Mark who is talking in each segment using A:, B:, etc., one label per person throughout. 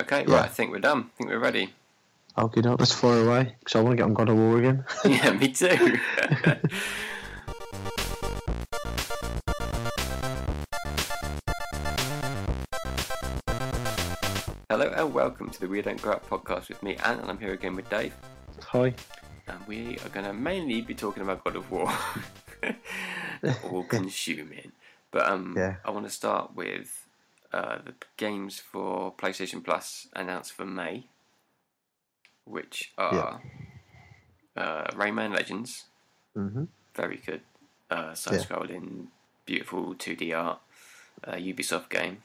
A: Okay,
B: Yeah.
A: right. I think we're done. I think we're ready.
B: Okay, no, let's fly away because I want to get on God of War again.
A: yeah, me too. Hello and welcome to the We Don't Grow Up podcast with me, Ant, and I'm here again with Dave.
B: Hi.
A: And we are going to mainly be talking about God of War, all consuming. But um,
B: Yeah.
A: I want to start with uh, the games for PlayStation Plus announced for May, which are uh, Rayman Legends,
B: Mm-hmm.
A: very good uh, side scrolling, beautiful 2D art, uh, Ubisoft game.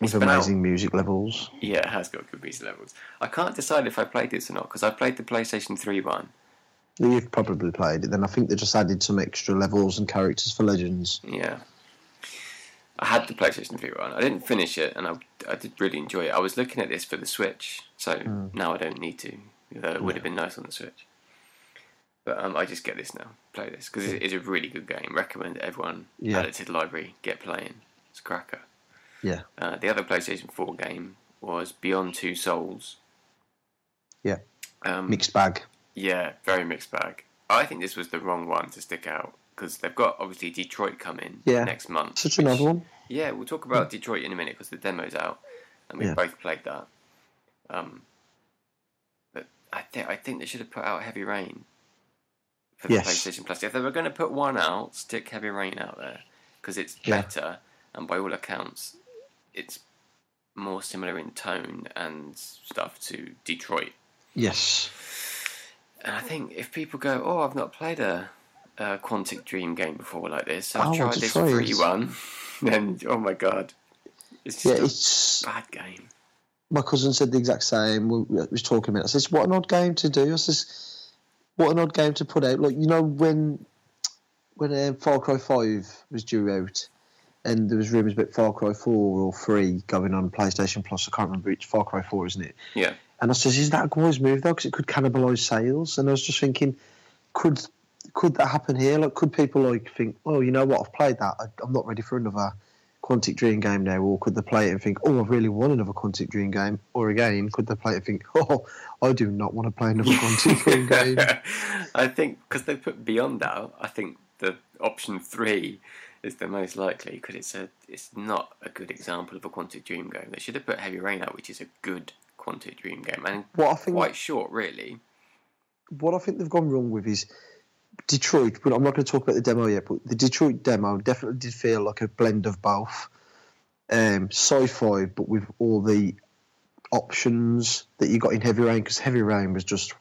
B: With
A: been out-
B: amazing music levels.
A: Yeah, it has got good music levels. I can't decide if I played this or not because I played the PlayStation 3 one.
B: You've probably played it. Then I think they just added some extra levels and characters for Legends.
A: Yeah. I had the PlayStation 3 one. I didn't finish it and I, I did really enjoy it. I was looking at this for the Switch, so
B: Mm.
A: now I don't need to. Though it would have been nice on the Switch. But um, I just get this now. Play this because it is a really good game. Recommend everyone
B: Yeah.
A: add it to the library. Get playing. It's a cracker.
B: Yeah.
A: Uh, the other PlayStation 4 game was Beyond Two Souls.
B: Yeah.
A: Um,
B: Mixed bag.
A: yeah, very mixed bag. I think this was the wrong one to stick out because they've got obviously Detroit coming
B: Yeah.
A: next month.
B: Such
A: which-
B: another one.
A: Yeah, we'll talk about Detroit in a minute because the demo's out and we've
B: Yeah.
A: both played that. Um, but I think I think they should have put out Heavy Rain for the
B: Yes.
A: PlayStation Plus. If they were going to put one out, stick Heavy Rain out there because it's
B: Yeah.
A: better and by all accounts, it's more similar in tone and stuff to Detroit.
B: Yes.
A: And I think if people go, oh, I've not played a, a Quantic Dream game before like this,
B: I
A: I've
B: want
A: tried
B: to
A: this
B: try it."
A: free one, then oh my god, it's
B: Yeah,
A: just
B: it's
A: a bad game.
B: my cousin said the exact same. We, we was talking about. it. I says, "What an odd game to do." I says, "What an odd game to put out." Like you know when when um, Far Cry Five was due out, and there was rumours about Far Cry Four or Three going on PlayStation Plus. I can't remember. It's Far Cry Four, isn't it?
A: Yeah,
B: And I says, "Is that a wise move though? Because it could cannibalise sales." And I was just thinking, could could that happen here? Like, could people like think, "Oh, you know what? I've played that. I, I'm not ready for another Quantic Dream game now." Or could they play it and think, "Oh, I really want another Quantic Dream game." Or again, could they play it and think, "Oh, I do not want to play another Quantic Dream game."
A: I think because they put Beyond out, I think the option three is the most likely because it's a it's not a good example of a Quantic Dream game. They should have put Heavy Rain out, which is a good Quantic Dream game and
B: What I think,
A: quite short, really.
B: what I think they've gone wrong with is Detroit. But I'm not going to talk about the demo yet. But the Detroit demo definitely did feel like a blend of both um, sci-fi, but with all the options that you got in Heavy Rain. Because Heavy Rain was just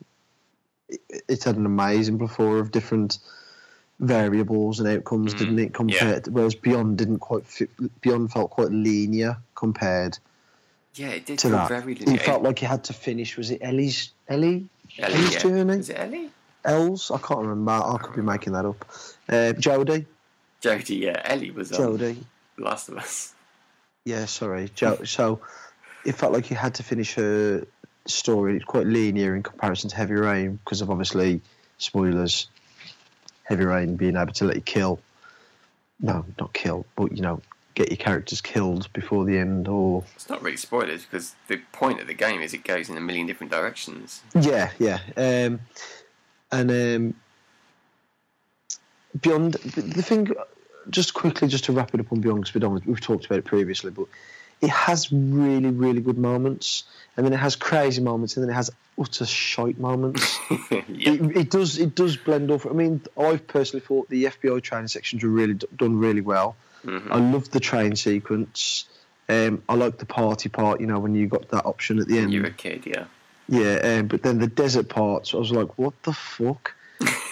B: it, it had an amazing plethora of different variables and outcomes,
A: Mhm.
B: didn't it? Compared, whereas Beyond didn't quite fit, Beyond felt quite linear compared
A: Yeah, it did
B: to
A: feel
B: that.
A: very
B: It
A: linear.
B: felt like you had to finish. Was it Ellie's Ellie?
A: Ellie,
B: Ellie's
A: yeah.
B: journey?
A: Is it Ellie?
B: Els, I can't remember. I could be making that up. Uh, Jody,
A: Jodie, yeah, Ellie was on
B: Jody.
A: Last of Us.
B: Yeah, sorry. Jo- so it felt like you had to finish her story. It's quite linear in comparison to Heavy Rain because of obviously spoilers. Heavy Rain being able to let you kill. No, not kill, but you know, get your characters killed before the end or.
A: It's not really spoilers because the point of the game is it goes in a million different directions.
B: Yeah, yeah. Um, and um, beyond the thing, just quickly, just to wrap it up on Beyond, because we don't, we've talked about it previously, but it has really, really good moments, and then it has crazy moments, and then it has utter shite moments.
A: yeah.
B: it, it does, it does blend off. I mean, I've personally thought the FBI training sections were really d- done really well.
A: hmm
B: I love the train sequence. Um, I like the party part, you know, when you got that option at the end.
A: You're a kid, yeah.
B: Yeah, um, but then the desert parts, I was like, what the fuck?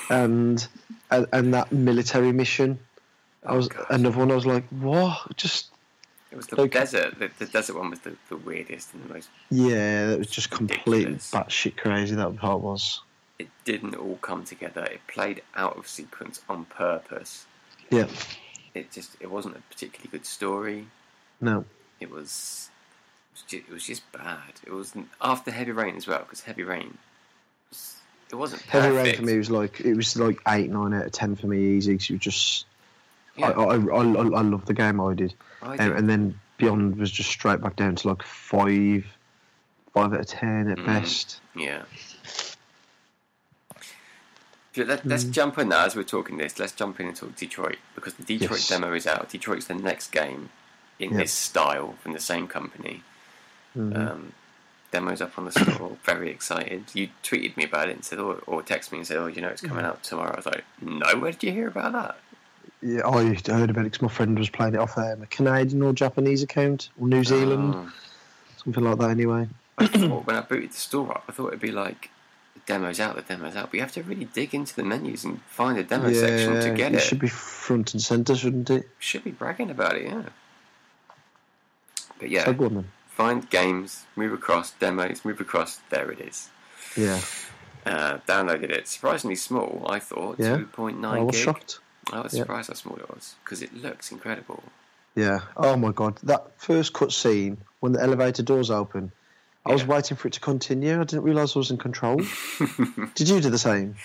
B: and, and and that military mission, I was
A: Oh, God.
B: another one. I was like, what? Just
A: It was the
B: Okay.
A: desert. The, the desert one was the, the weirdest and the most.
B: yeah, it was just completely
A: Ridiculous.
B: batshit crazy. That part was.
A: It didn't all come together. It played out of sequence on purpose.
B: Yeah,
A: It just it wasn't a particularly good story.
B: no,
A: It was it was ju- it was just bad. It was after Heavy Rain as well because Heavy Rain was, it wasn't perfect.
B: heavy rain for me was like it was like eight, nine out of ten for me easy. 'cause you just,
A: Yeah,
B: I, I, I, I, I love the game I did,
A: I
B: um,
A: did-
B: and then Beyond was just straight back down to like five five out of ten at
A: Mm.
B: best.
A: Yeah. Yeah, Let,
B: Hmm.
A: let's jump in now as we're talking this. Let's jump in and talk Detroit because the Detroit
B: Yes.
A: demo is out. Detroit's the next game in
B: Yeah.
A: this style from the same company.
B: Mhm.
A: Um, demo's up on the store. Very excited. You tweeted me about it and said, or, or texted me and said, "Oh, you know, it's
B: Hmm.
A: coming out tomorrow." I was like, "No, where did you hear about that?"
B: Yeah, I I heard about it because my friend was playing it off um, a Canadian or Japanese account, or New Zealand,
A: Oh.
B: something like that. Anyway,
A: I thought when I booted the store up, I thought it'd be like the demo's out, the demo's out. But you have to really dig into the menus and find the demo section to get it.
B: should be front and center, shouldn't it?
A: Should be bragging about it, yeah. But yeah,
B: So go on then.
A: find games, move across, demos, move across. There it is.
B: Yeah,
A: Uh, downloaded it. Surprisingly small, I thought.
B: Yeah.
A: Two point
B: I
A: nine
B: was
A: gig.
B: shocked.
A: I was
B: Yeah.
A: surprised how small it was because it looks incredible.
B: Yeah. Oh my god, that first cut scene when the elevator doors open, I was
A: Yeah.
B: waiting for it to continue. I didn't realize I was in control. Did you do the same?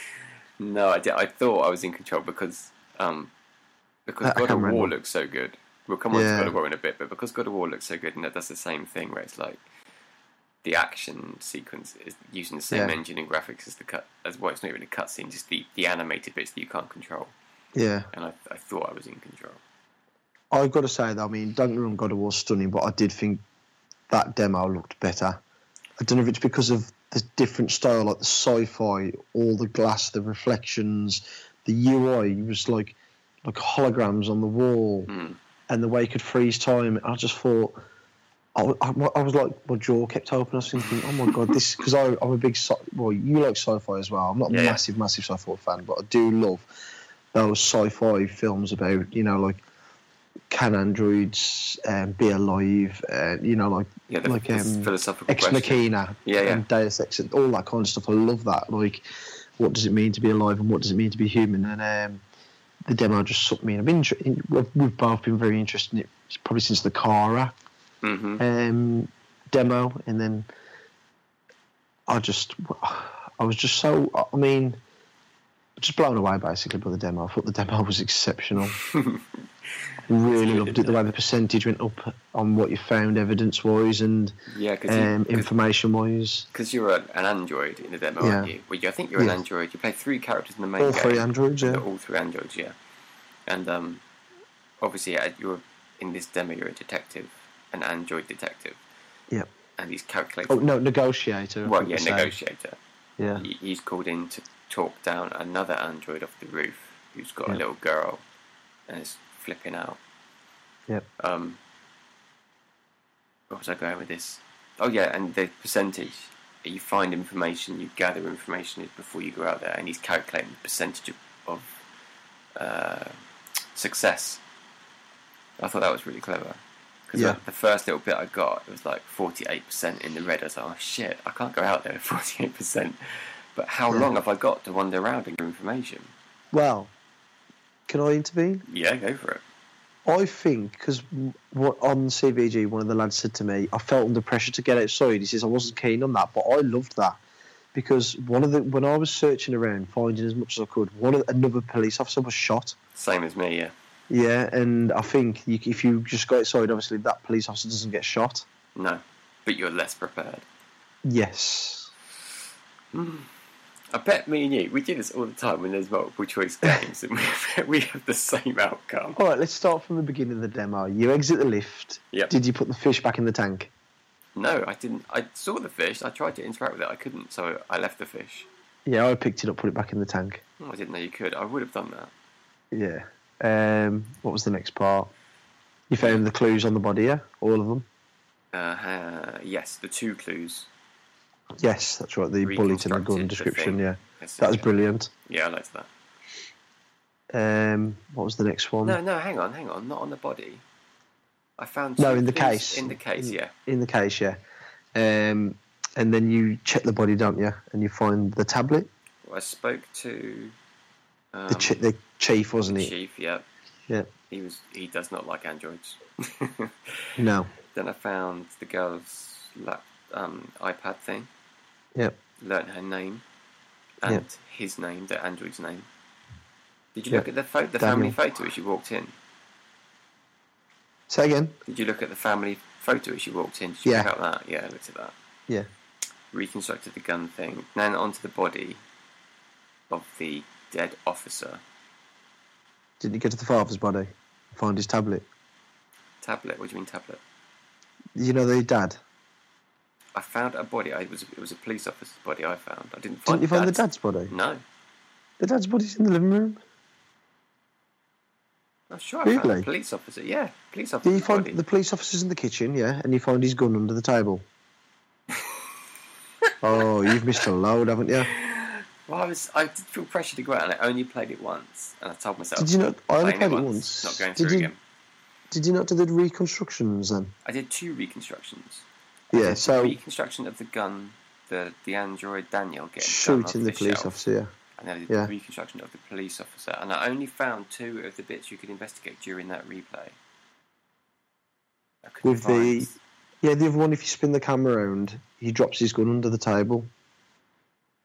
A: No, I did. I thought I was in control because um, because
B: I- I
A: God
B: can't
A: of War
B: remember.
A: looks so good. We'll come on
B: Yeah.
A: to God of War in a bit, but because God of War looks so good and that does the same thing where it's like the action sequence is using the same
B: Yeah.
A: engine and graphics as the cut as well. It's not even a cutscene, just the, the animated bits that you can't control.
B: Yeah.
A: And I, I thought I was in control.
B: I've got to say though, I mean, don't get me wrong, God of War's stunning, but I did think that demo looked better. I don't know if it's because of the different style, like the sci-fi, all the glass, the reflections, the UI was like like holograms on the wall,
A: Mm.
B: and the way you could freeze time. I just thought, I, wa- I, wa- I was like, my jaw kept open. I was thinking, oh my god, this because I'm a big sci- well, you like sci-fi as well. I'm not
A: Yeah,
B: a
A: yeah.
B: massive, massive sci-fi fan, but I do love those sci-fi films about you know like can androids um, be alive? Uh, you know, like
A: Yeah, the,
B: Like,
A: this
B: um,
A: philosophical
B: Ex
A: question.
B: Machina,
A: Yeah, yeah.
B: and Deus Ex, and all that kind of stuff. I love that. Like, what does it mean to be alive, and what does it mean to be human? And um, the demo just sucked me in. I've been, inter- in- we've- we've both been very interested in it probably since the Cara
A: hmm
B: um, demo, and then I just, I was just so, I mean, just blown away basically by the demo. I thought the demo was exceptional. really loved it. The way the percentage went up on what you found evidence wise and
A: Yeah, because
B: um, information wise.
A: you, are an android in the demo, aren't
B: Yeah.
A: you? Well, you- I think you're
B: Yeah.
A: an android. You play three characters in the main
B: All
A: game.
B: three androids, yeah.
A: They're all through androids, yeah. And um, obviously, uh, you're in this demo. You're a detective, an android detective,
B: Yep.
A: and he's calculating.
B: Oh no, negotiator. I
A: well,
B: think
A: yeah,
B: they say.
A: negotiator.
B: Yeah,
A: He- He's called in to talk down another android off the roof, who's got a
B: Yeah.
A: little girl, and is flipping out.
B: Yep.
A: Um, where was I going with this? Oh yeah, and the percentage. You find information, you gather information before you go out there, and he's calculating the percentage of, of uh, success. I thought that was really clever. Because
B: Yeah.
A: the, the first little bit I got, it was like 48% in the red. I was like, oh shit, I can't go out there with 48%. But how
B: Yeah.
A: long have I got to wander around and get information?
B: Well, can I intervene?
A: Yeah, go for it.
B: I think because what on CVG, one of the lads said to me, I felt under pressure to get outside. He says I wasn't keen on that, but I loved that because one of the when I was searching around, finding as much as I could, one of another police officer was shot.
A: Same as me, yeah.
B: Yeah, and I think you, if you just go outside, obviously that police officer doesn't get shot.
A: No. But you're less prepared.
B: Yes.
A: I bet me and you, we do this all the time when there's multiple choice games and we, we have the same outcome.
B: All right, let's start from the beginning of the demo. You exit the lift.
A: Yep.
B: Did you put the fish back in the tank?
A: No, I didn't. I saw the fish, I tried to interact with it, I couldn't, so I left the fish.
B: Yeah, I picked it up, put it back in the tank.
A: Oh, I didn't know you could. I would have done that.
B: Yeah. Um, what was the next part? You found the clues on the body, yeah? All of them?
A: Uh, yes, the two clues.
B: Yes, that's right. The bullet and the
A: Reconstructed the
B: gun description,
A: thing.
B: yeah.
A: That's
B: That was
A: it.
B: brilliant.
A: Yeah, I liked that.
B: Um, what was the next one?
A: No, no, hang on, hang on. Not on the body. I found.
B: No,
A: two
B: in the
A: clues
B: case. Mm.
A: In the case, yeah.
B: In the case, yeah. Um, and then you check the body, don't you? And you find the tablet.
A: I spoke to. Um,
B: The, chi- the chief, wasn't
A: the
B: he?
A: chief, yeah.
B: Yeah.
A: He was. He does not like androids.
B: No.
A: then I found the girl's lap, um, iPad thing.
B: Yep.
A: Learned her name, and his name, the android's name. Did you look
B: Yep.
A: at the photo, the
B: Daniel.
A: family photo as you walked in?
B: Say again.
A: Did you look at the family photo as you walked in? Did you
B: Yeah.
A: Pick out that. Yeah, I looked at that.
B: Yeah.
A: reconstructed the gun thing, then onto the body of the dead officer
B: Didn't you get to the father's body? Find his tablet.
A: tablet. What do you mean tablet?
B: You know the dad.
A: I found a body. I it was it was a police officer's body. I found. I didn't
B: Didn't
A: find.
B: you find the
A: dad's-
B: dad's body?
A: No,
B: The dad's body's in the living room.
A: I'm sure I found
B: Really?
A: a police officer. Yeah, police
B: Did
A: officer.
B: you find
A: body.
B: the police officer's in the kitchen? Yeah, and you find his gun under the table. oh, you've missed a load, haven't you?
A: Well, I was. I did feel pressure to go out, and I only played it once. And I told myself.
B: Did you not- I only
A: playing
B: played it once.
A: Not going
B: Did
A: through
B: you-
A: again.
B: Did you not do the reconstructions then?
A: I did two reconstructions.
B: Yeah,
A: The
B: so
A: reconstruction of the gun, the the android Daniel getting gun off
B: shooting the police
A: shelf,
B: officer. Yeah.
A: and then I did
B: yeah.
A: the reconstruction of the police officer. And I only found two of the bits you could investigate during that replay. I couldn't
B: With
A: find-
B: the- Yeah, the other one, if you spin the camera around, he drops his gun under the table.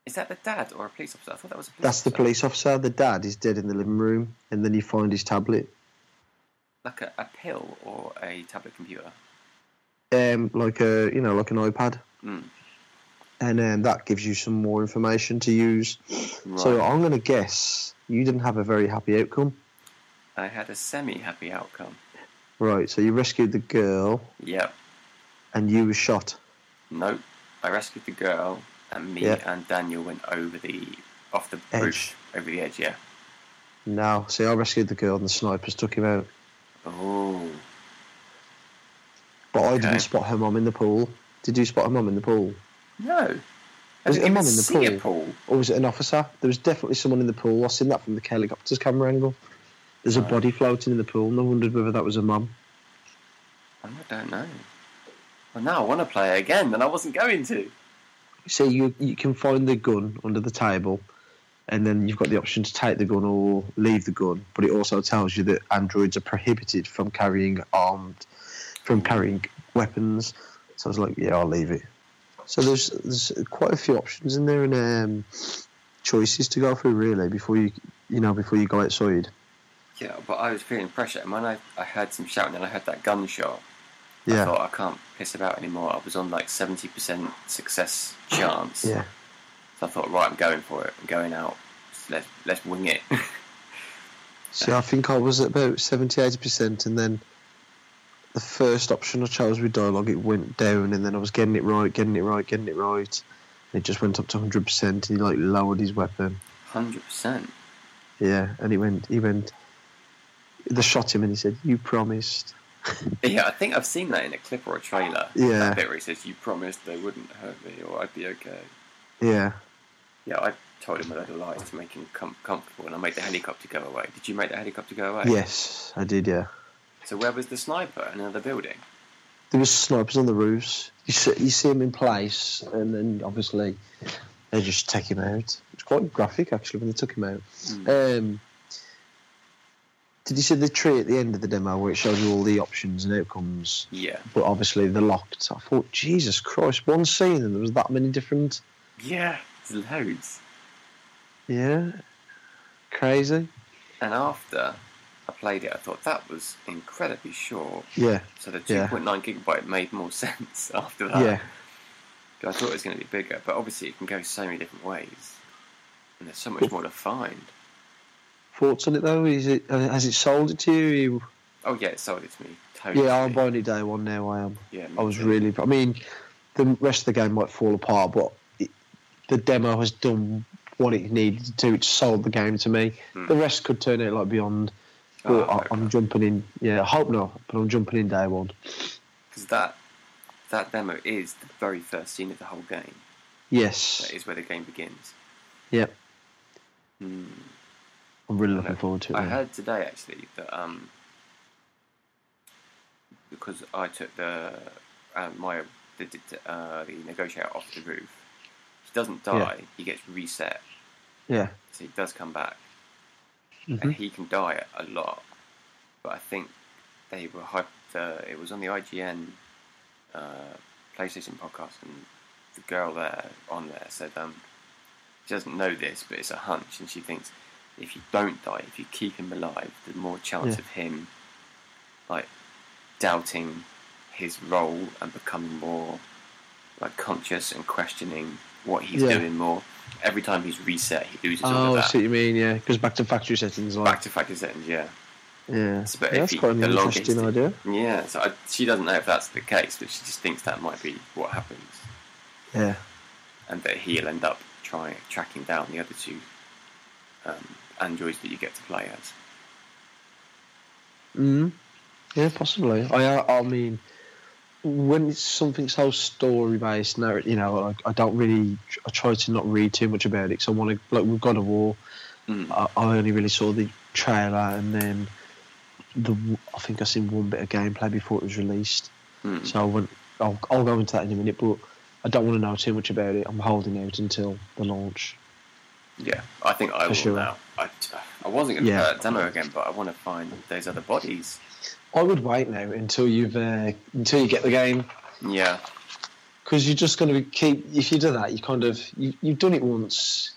A: Is that the dad or a police officer? I thought that was a police
B: That's the
A: officer.
B: police officer. The dad is dead in the living room, and then you find his tablet,
A: Like a, a pill or a tablet computer.
B: um, like a you know, like an iPad,
A: Mm.
B: and um, that gives you some more information to use. So
A: Right.
B: I'm going to guess you didn't have a very happy outcome,
A: I had a semi happy outcome.
B: right? So you rescued the girl,
A: Yep.
B: and you were shot.
A: Nope. I rescued the girl, and me
B: Yeah.
A: and Daniel went over the off the
B: Edge.
A: roof, over the edge. Yeah.
B: No, see, I rescued the girl, and the snipers took him out.
A: Oh,
B: But I
A: Okay.
B: didn't spot her mum in the pool. Did you spot her mum in the pool,
A: No. I didn't
B: Was it a
A: even
B: mum in the
A: see a
B: pool?
A: pool.
B: or was it an officer? There was definitely someone in the pool. I seen that from the helicopter's camera angle. There's a
A: Right.
B: body floating in the pool, and I wondered whether that was a mum.
A: I don't know. Well, now I want to play again, and I wasn't going to.
B: So you you can find the gun under the table, and then you've got the option to take the gun or leave the gun. But it also tells you that androids are prohibited from carrying armed, from carrying weapons. So I was like, yeah, I'll leave it. So there's there's quite a few options in there and um, choices to go through really before you you know before you go outside.
A: Yeah, but I was feeling pressure, and when I, I heard some shouting and I heard that gunshot, I
B: Yeah,
A: thought I can't piss about anymore. I was on like seventy percent success chance.
B: yeah.
A: So I thought, right, I'm going for it. I'm going out. Let's let's wing it.
B: See, I think I was at about 70 80%, and then the first option I chose with dialogue, it went down, and then I was getting it right, getting it right, getting it right. And it just went up to 100%, and he like lowered his weapon.
A: Hundred percent.
B: Yeah, and he went, he went, they shot him, and he said, You promised.
A: Yeah, I think I've seen that in a clip or a trailer.
B: Yeah.
A: That bit where he says, "You promised they wouldn't hurt me, or I'd be okay."
B: Yeah.
A: Yeah, I told him a lot of lies to make him com- comfortable, and I made the helicopter go away. Did you make the helicopter go away?
B: Yes, I did, yeah.
A: So where was the sniper? Another building.
B: There was snipers on the roofs. You see, you see him in place, and then obviously they just take him out. It's quite graphic actually when they took him out. Um, did you see the tree at the end of the demo where it shows you all the options and outcomes?
A: Yeah.
B: But obviously they're locked. I thought, Jesus Christ, one scene and there was that many different.
A: Yeah. There's loads.
B: Yeah, crazy.
A: And after I played it, I thought that was incredibly short.
B: Yeah,
A: So the
B: Yeah.
A: 2.9 gigabyte made more sense after that.
B: yeah,
A: 'Cause I thought it was going to be bigger, but obviously it can go so many different ways, and there's so much more to find.
B: Thoughts on it though? Is it uh, has it sold it to you? you?
A: Oh yeah, it sold it to me. Totally.
B: Yeah, I'm buying it day one now. I am.
A: Yeah, me
B: I was
A: too.
B: really. I mean, the rest of the game might fall apart, but it, the demo has done what it needed to. do. It sold the game to me.
A: Hmm.
B: The rest could turn out like beyond.
A: Oh,
B: But I, I'm jumping in. Yeah, I hope not. But I'm jumping in day one.
A: Because that that demo is the very first scene of the whole game.
B: Yes.
A: That is where the game begins.
B: Yep.
A: Mm.
B: I'm really
A: I
B: looking
A: know.
B: forward to it.
A: I
B: now.
A: heard today actually that um, because I took the uh, my the the, uh, the negotiator off the roof, he doesn't
B: Yeah.
A: die. He gets reset,
B: Yeah.
A: so he does come back,
B: Mhm.
A: and he can die a lot. But I think they were hyped. Uh, it was on the IGN uh, PlayStation podcast, and the girl there on there said um, she doesn't know this, but it's a hunch, and she thinks if you don't die, if you keep him alive, the more chance
B: Yeah.
A: of him like doubting his role and becoming more like conscious and questioning what he's
B: Yeah.
A: doing more. Every time he's reset, he loses all
B: Oh,
A: of
B: I
A: that.
B: see what you mean. Yeah, because back to factory settings, like
A: Back to factory settings, yeah.
B: yeah,
A: But
B: Yeah,
A: if
B: that's
A: he-
B: quite an
A: E, the longer
B: interesting
A: he's-
B: idea.
A: Yeah, so I, she doesn't know if that's the case, but she just thinks that might be what happens,
B: Yeah,
A: and that he'll end up trying tracking down the other two um, androids that you get to play as.
B: mm yeah, possibly. I, uh, I I mean, when it's something so story based, no, you know, like I don't really, I try to not read too much about it. So I want to, like, we've got a war.
A: Mm.
B: I, I only really saw the trailer and then the w- I think I seen one bit of gameplay before it was released.
A: Mm.
B: So I wouldn't, I'll, I'll go into that in a minute, but I don't want to know too much about it. I'm holding out until the launch.
A: Yeah, I think I
B: For
A: will
B: sure.
A: now. I, I wasn't going to
B: Yeah.
A: play that demo again, but I want to find those other bodies.
B: I would wait now until you've uh, until you get the game
A: Yeah,
B: because you're just going to keep. If you do that, you kind of you, you've done it once.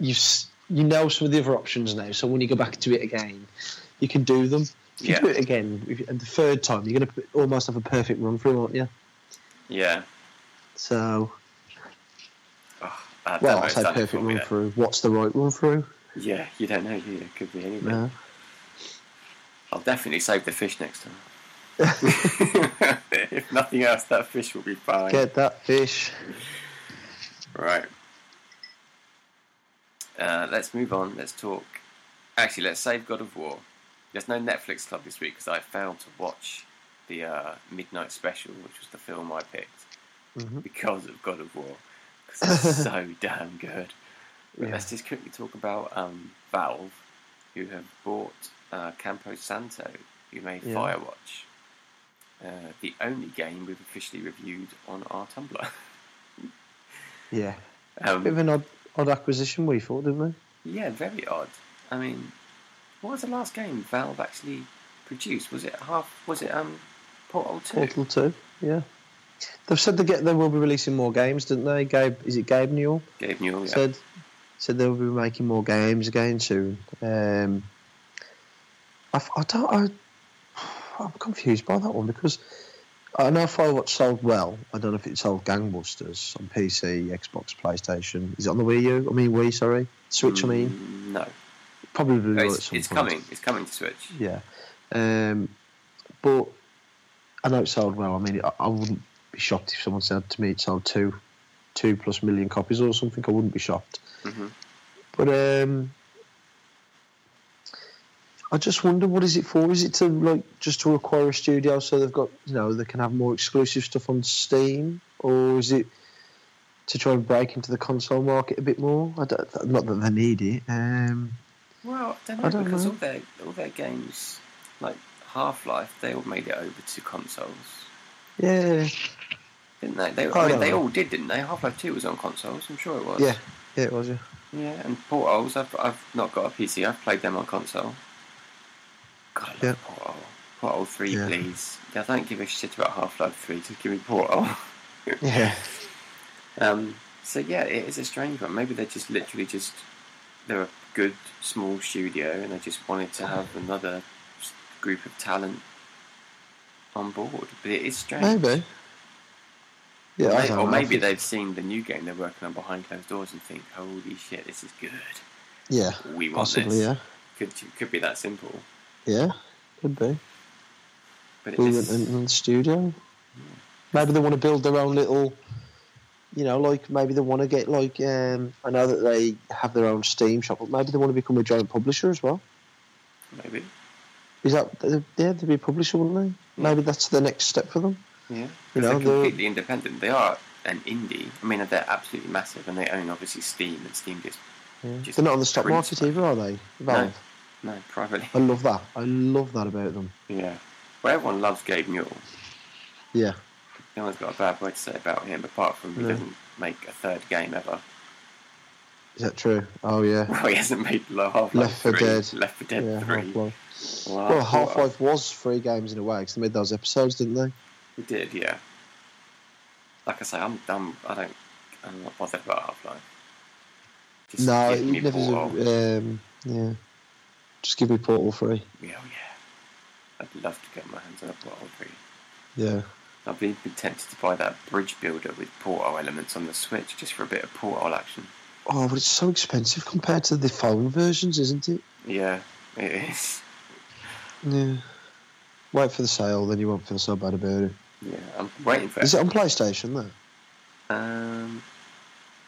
B: You've s- you know some of the other options now, so when you go back to it again, you can do them. If you
A: Yeah.
B: do it again if, and the third time, you're going to almost have a perfect run through, aren't you?
A: yeah.
B: So
A: Oh, that
B: well, I
A: demo's
B: say
A: done it
B: perfect
A: for me
B: run
A: then.
B: through. What's the right run through?
A: Yeah, you don't know. do you? It could be anything.
B: No.
A: I'll definitely save the fish next time. if nothing else, that fish will be fine.
B: Uh, Get that fish.
A: Right. Uh, let's move on. Let's talk. Actually, let's save God of War. There's no Netflix club this week because I failed to watch the uh, midnight special, which was the film I picked,
B: Mhm.
A: because of God of War, because it's so damn good. But
B: Yeah.
A: let's just quickly talk about um, Valve, who have bought uh, Campo Santo, who made
B: Yeah.
A: Firewatch, uh, the only game we've officially reviewed on our Tumblr.
B: Yeah.
A: um,
B: Bit of an odd, odd acquisition, we thought, didn't we?
A: Yeah, very odd. I mean, what was the last game Valve actually produced? Was it half? Was it um, Portal Two?
B: Portal 2, yeah. They've said they get they will be releasing more games, didn't they? Gabe, is it Gabe Newell?
A: Gabe Newell. Yeah.
B: Said said they'll be making more games again soon. Um, I, I don't. I, I'm confused by that one because I know Firewatch sold well. I don't know if it sold gangbusters on PC, Xbox, PlayStation. Is it on the Wii U? I mean Wii, sorry, Switch. I mean,
A: Mm, no,
B: probably will at
A: it's,
B: some
A: it's
B: point.
A: coming. It's coming to Switch.
B: Yeah. Um, but I know it sold well. I mean, I, I wouldn't be shocked if someone said to me it sold two, two plus million copies or something. I wouldn't be shocked.
A: Mhm.
B: But um, I just wonder what is it for? Is it to like just to acquire a studio so they've got you know they can have more exclusive stuff on Steam, or is it to try and break into the console market a bit more? I don't, not that they need it. Um,
A: Well, I don't know
B: I don't
A: because
B: know.
A: all their all their games, like Half Life, they all made it over to consoles,
B: yeah,
A: didn't they? They, I
B: I
A: mean,
B: don't
A: they
B: know.
A: all did, didn't they? Half Life Two was on consoles. I'm sure it was.
B: yeah, yeah, it was yeah.
A: Yeah, and Portals. I've, I've not got a PC. I've played them on console. God, I love
B: Yeah.
A: Portal. Portal Three,
B: Yeah.
A: please. Yeah, I don't give a shit about Half Life Three. Just give me Portal.
B: Yeah.
A: um, so yeah, it is a strange one. Maybe they're just literally just they're a good small studio, and they just wanted to have another s- group of talent on board. But it is strange.
B: Maybe. Yeah, I
A: May-
B: don't
A: or
B: know.
A: maybe they've seen the new game they're working on behind closed doors and think, "Holy shit, this is good.
B: Yeah,
A: We want
B: possibly.
A: this."
B: Yeah,
A: Could could be that simple.
B: yeah, could be.
A: But it
B: Who
A: is-
B: went in, in the studio? Maybe they want to build their own little. You know, like maybe they want to get like um, I know that they have their own Steam shop, but maybe they want to become a giant publisher as well.
A: maybe.
B: Is that uh, yeah? They'd be a publisher, wouldn't they?
A: Yeah.
B: Maybe that's the next step for them.
A: Yeah.
B: You
A: they're
B: know, they're-
A: Hmm. completely independent. They are an indie. I mean, they're absolutely massive, and they own obviously Steam, and Steam just
B: Yeah.
A: Just
B: They're not on the stock
A: print
B: market
A: stuff.
B: either, are they? Valve.
A: no privately.
B: I love that. I love that about them.
A: Yeah. Well, everyone loves Gabe Newell.
B: Yeah,
A: No one's got a bad word to say about him, apart from he
B: No.
A: doesn't make a third game ever.
B: is that true? Oh yeah.
A: Well, he hasn't made Half-Life
B: Left 4
A: 3,
B: Dead.
A: Left 4 Dead
B: yeah,
A: 3.
B: Half-Life.
A: Well,
B: Well, Half Life was three games in a way because they made those episodes, didn't they?
A: He did, yeah. Like I say, I'm dumb. I don't. I'm not bothered about Half-Life. Just
B: no,
A: give me
B: it never.
A: Portal.
B: Um, yeah, just give me Portal three.
A: Yeah, oh yeah. I'd love to get my hands on a Portal 3.
B: Yeah,
A: I'd be be tempted to buy that bridge builder with portal elements on the Switch just for a bit of portal action.
B: Oh, but it's so expensive compared to the phone versions, isn't it?
A: Yeah, it is.
B: Yeah. Wait for the sale, then you won't feel so bad about it.
A: Yeah, I'm waiting for
B: Is it on PlayStation though?
A: Um,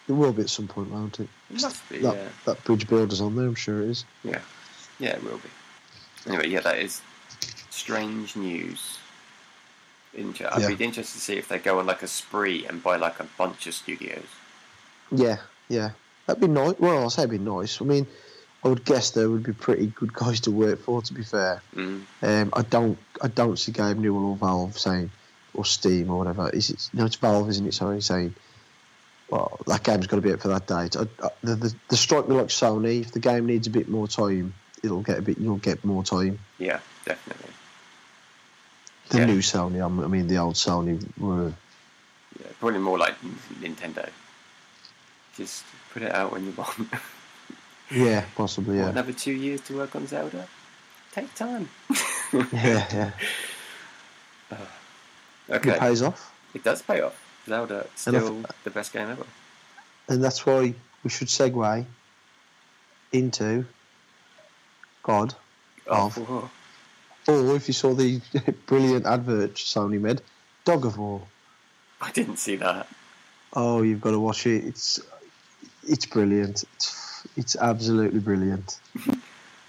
B: It will be at some point, won't it?
A: it must be.
B: That,
A: Yeah,
B: that bridge builder's on there, I'm sure it is.
A: yeah, it will be. Anyway, yeah, that is strange news. Inter- I'd
B: Yeah.
A: be interested to see if they go on like a spree and buy like a bunch of studios.
B: Yeah, yeah. That'd be nice. Well, I'll say it'd be nice. I mean, I would guess there would be pretty good guys to work for, to be fair.
A: Mm.
B: Um, I don't I don't see Gabe Newell or Valve saying, or Steam or whatever. Is it, no, it's Valve, isn't it? Sorry, saying, well, that game's got to be it for that date. I, I, the, the, the strike me like Sony, if the game needs a bit more time, it'll get a bit, you'll get more time.
A: Yeah, definitely.
B: The
A: Yeah.
B: new Sony, I'm- I mean, the old Sony were
A: Yeah, probably more like Nintendo. Just put it out when you want.
B: Yeah, possibly. Yeah,
A: Another two years to work on Zelda. Take time.
B: yeah, yeah. It
A: Okay,
B: pays off,
A: it does pay off. Zelda still the best game ever.
B: and that's why we should segue into God.
A: Oh,
B: Of.
A: whoa.
B: Or if you saw the brilliant advert Sony made, Dog of War.
A: I didn't see that.
B: Oh, you've got to watch it. It's it's brilliant. It's, it's absolutely brilliant.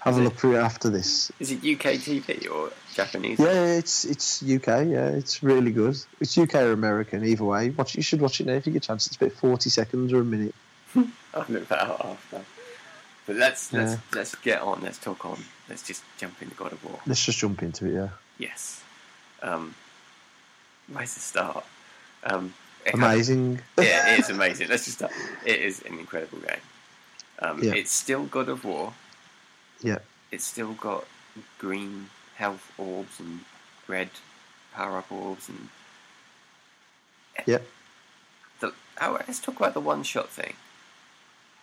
B: Have
A: Is
B: a
A: it-
B: look through it after this.
A: Is it UK TV or Japanese?
B: Yeah, it's it's UK. Yeah, it's really good. It's UK or American, either way. Watch. You should watch it now if you get a chance. It's about forty seconds or a minute.
A: I'll look that up after. But let's let's
B: Yeah.
A: let's get on. Let's talk on. Let's just jump into God of War.
B: Let's just jump into it. Yeah.
A: Yes. Um, where's the start? Um, it has-
B: Amazing.
A: yeah, it is amazing. Let's just start. It is an incredible game. Um,
B: Yeah.
A: It's still God of War.
B: Yeah.
A: It's still got green health orbs and red power up orbs and.
B: Yeah.
A: The, oh, let's talk about the one shot thing.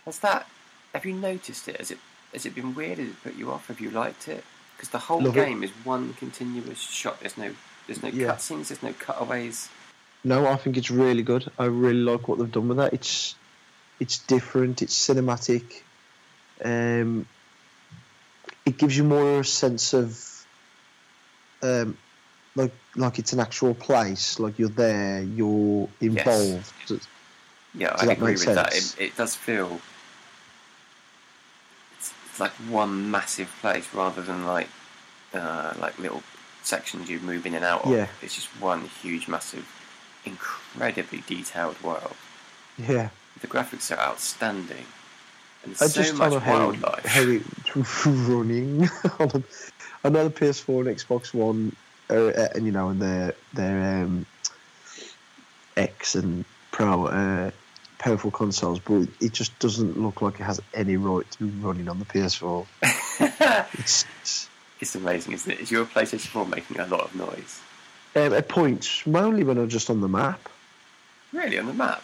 A: Has that? Have you noticed it? Has it? Has it been weird? Has it put you off? Have you liked it? Because the whole
B: Love it.
A: game is one continuous shot. There's no. There's no
B: Yeah.
A: cutscenes. There's no cutaways.
B: No, I think it's really good. I really like what they've done with that. It's it's different. It's cinematic. Um, it gives you more a sense of um, like like it's an actual place. Like you're there. You're involved.
A: Yeah,
B: Does
A: I
B: that
A: agree with
B: make
A: that.
B: sense?
A: It, it does feel it's, it's like one massive place rather than like uh, like little sections you move in and out of.
B: Yeah.
A: It's just one huge, massive, incredibly detailed world.
B: Yeah.
A: The graphics are outstanding, and
B: I
A: so
B: just
A: much
B: don't know how,
A: wildlife.
B: how it's running. on a- I know the PS4 and Xbox One, are, uh, and you know, and their their um, X and Pro uh, powerful consoles, but it just doesn't look like it has any right to be running on the PS4. It's, it's
A: it's amazing, isn't it? Is your PlayStation 4 making a lot of noise?
B: um, at points mainly when I'm just on the map.
A: Really, on the map?